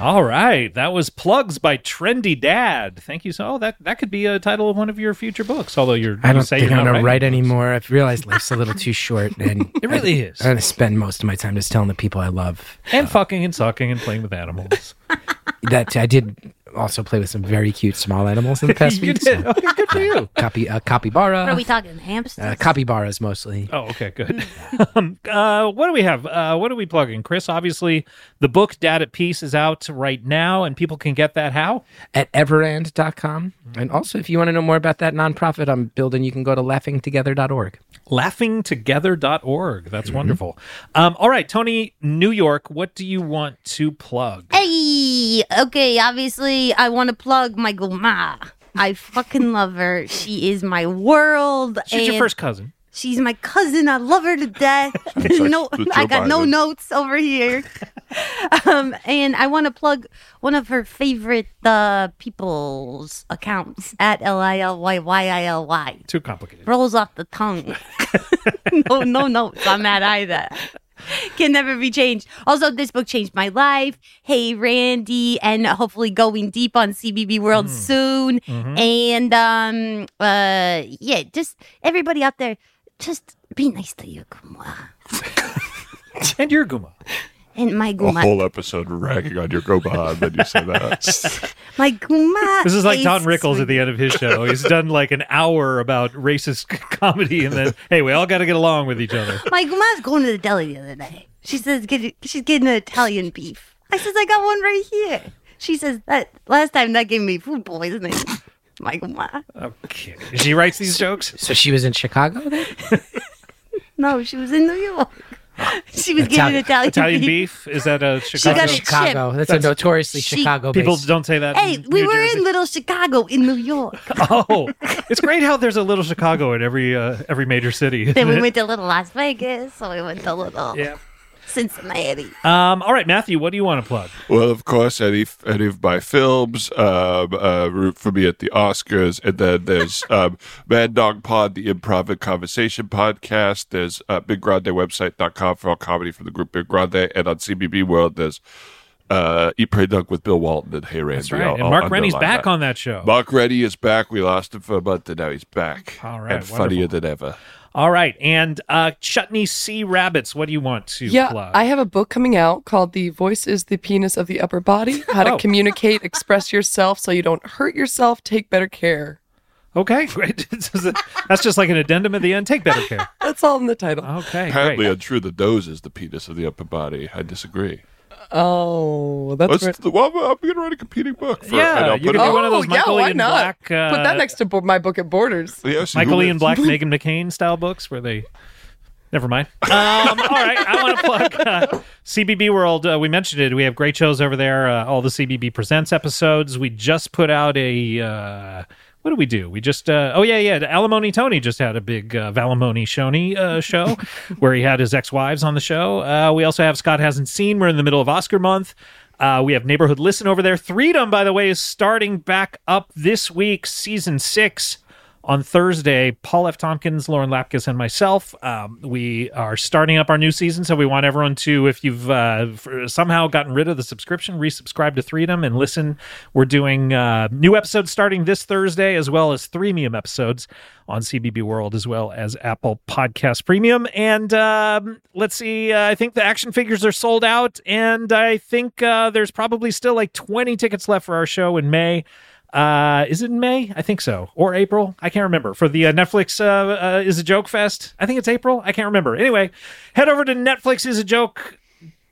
All right, that was plugs by Trendy Dad. Thank you so. That that could be a title of one of your future books. Although you're, I you don't say think you're I'm not gonna writing write books. anymore. I've realized life's a little too short, and It really is. I'm gonna spend most of my time just telling the people I love and fucking and sucking and playing with animals. that I did also play with some very cute small animals in the past you week. did. so- Okay, good for you. Copy, uh, capybara. What are we talking? Hamsters? uh, capybaras mostly. Oh, okay, good. um, uh, what do we have? Uh, what are we plugging, Chris? Obviously, the book "Dad at Peace" is out right now, and people can get that. How? at everand.com. And also, if you want to know more about that nonprofit I'm building, you can go to laughingtogether.org. Laughingtogether.org. That's wonderful. Um, all right, Tony, New York. What do you want to plug? Hey, okay, obviously, I want to plug my grandma. I fucking love her. She is my world. She's your and first cousin. She's my cousin. I love her to death. no, Joe I got no Biden. notes over here. um, and I want to plug one of her favorite uh, people's accounts at L I L Y Y I L Y. Too complicated. Rolls off the tongue. no, no notes on that either. Can never be changed. Also, this book changed my life. Hey, Randy, and hopefully going deep on CBB World Mm-hmm. soon. And um, uh, yeah, just everybody out there, just be nice to your grandma And your Guma. and my A Oh, grandma. whole episode ragging on your go behind when you say that. My grandma. This is like Don is Rickles sweet. at the end of his show. He's done like an hour about racist comedy, and then hey, we all got to get along with each other. My grandma's going to the deli the other day. She says get, she's getting an Italian beef. I says I got one right here. She says that last time that gave me food poisoning. My grandma. Okay. She writes these jokes. So she was in Chicago then? No, she was in New York. She was Italian- getting Italian, Italian beef. beef is that a She Chicago? got it Chicago. shipped. That's, That's- a notoriously She- Chicago People based. don't say that. Hey, in we New were Jersey. in Little Chicago in New York. Oh, it's great how there's a little Chicago in every uh, every major city. isn't then we it? went to Little Las Vegas. So we went to Little Yeah. Cincinnati. Um, all right, Matthew, what do you want to plug? well, of course, any any of my films, um, uh, root for me at the Oscars, and then there's um, Mad Dog Pod, the improv and conversation podcast. There's uh, BigGrandeWebsite.com for all comedy from the group Big Grande, and on CBB World, there's uh, Eat Pray Dunk with Bill Walton and Hey Randy. That's right. I'll- And I'll Mark Rennie's underline back that. on that show. Mark Reddy is back. We lost him for a month, and now he's back. All right, and funnier wonderful. than ever. All right, and uh, Chutney C Rabbits, what do you want to Yeah, plug? I have a book coming out called "The Voice Is the Penis of the Upper Body: How to Oh. Communicate, Express Yourself, So You Don't Hurt Yourself, Take Better Care." okay, great. That's just like an addendum at the end. Take better care. That's all in the title. Okay, Apparently, great. untrue. The nose is the penis of the upper body. I disagree. Oh, that's Let's, right. Oh, well, I'm, I'm going to write a competing book. For, Yeah, and I'll you could put it do on- one of those Michael yeah, why Ian not? Black, uh, Put that next to bo- my book at Borders. Yeah, so Michael who Ian is- Black, Megan McCain style books where they. Never mind. Um, all right, I want to plug uh, CBB World. Uh, we mentioned it. We have great shows over there. Uh, all the CBB Presents episodes. We just put out a. Uh, what do we do? We just uh, oh yeah yeah. the Alimony Tony just had a big uh, Valimony Shoney uh, show where he had his ex wives on the show. Uh, we also have Scott hasn't seen. We're in the middle of Oscar month. Uh, we have Neighborhood Listen over there. Freedom, by the way, is starting back up this week, season six on Thursday, Paul F. Tompkins, Lauren Lapkus, and myself, um, we are starting up our new season. So we want everyone to, if you've uh, f- somehow gotten rid of the subscription, resubscribe to Freedom and listen. We're doing uh, new episodes starting this Thursday, as well as three Premium episodes on CBB World, as well as Apple Podcast Premium. And um, let's see, uh, I think the action figures are sold out, and I think uh, there's probably still like 20 tickets left for our show in May uh is it in may i think so or april i can't remember for the uh, netflix uh, uh is a joke fest i think it's april i can't remember anyway head over to netflix is a joke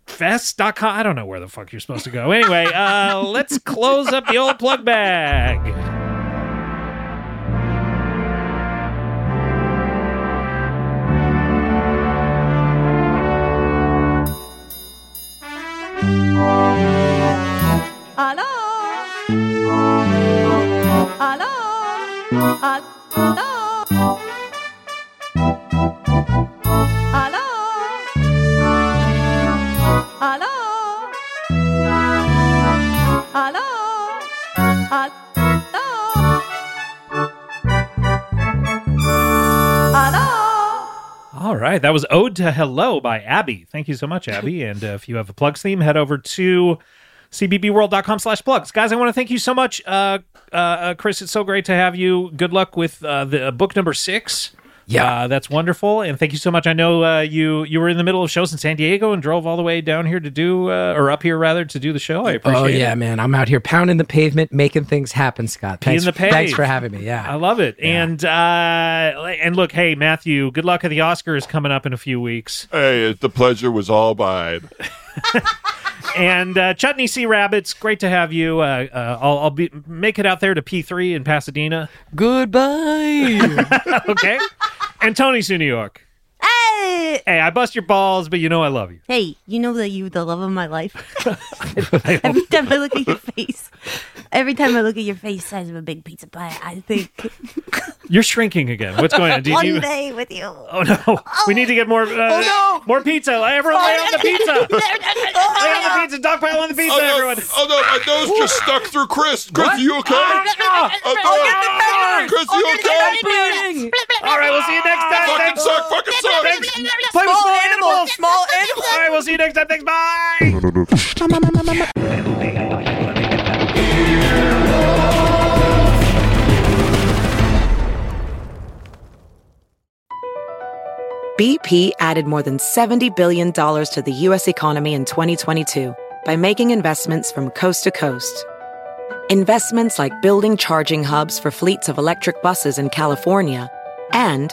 fest.com i don't know where the fuck you're supposed to go anyway uh let's close up the old plug bag Hello. Hello. Hello. Hello. Hello. Hello. Hello. Hello. All right. That was Ode to Hello by Abby. Thank you so much, Abby. And uh, if you have a plugs theme, head over to cbbworld.com slash plugs. Guys, I want to thank you so much. Uh, uh, uh, Chris, it's so great to have you. Good luck with uh, the uh, book number six. Yeah. Uh, that's wonderful. And thank you so much. I know uh, you you were in the middle of shows in San Diego and drove all the way down here to do, uh, or up here rather, to do the show. I appreciate Oh it. yeah, man! I'm out here pounding the pavement, making things happen, Scott. Thanks, the pave. thanks for having me. I Yeah, love it. And uh, and look, hey, Matthew, good luck at the Oscars coming up in a few weeks. Hey, the pleasure was all mine. and uh, Chutney Sea Rabbits, great to have you. Uh, uh, I'll, I'll be make it out there to P3 in Pasadena. Goodbye. Okay, and Tony Sue New York. Hey! Hey, I bust your balls, but you know I love you. Hey, you know that you the love of my life. Every time I look at your face, every time I look at your face, size of a big pizza pie, I think You're shrinking again. What's going on? Did one you? day with you. Oh no, we need to get more. Uh, no. more pizza! Everyone, lay on the pizza. Lay oh, on the pizza. Dogpile on the pizza, Oh, no, everyone. oh no, my nose just stuck through Chris. Chris, are you okay? Ah, Oh, no. Chris, Oh, are you okay? All right, we'll see you next time. Fucking Thanks. suck, fucking suck. Thanks. Play with small animals. Small animal. All right, we'll see you next time. Thanks. Bye. BP added more than $70 billion to the U.S. economy in 2022 by making investments from coast to coast. Investments like building charging hubs for fleets of electric buses in California and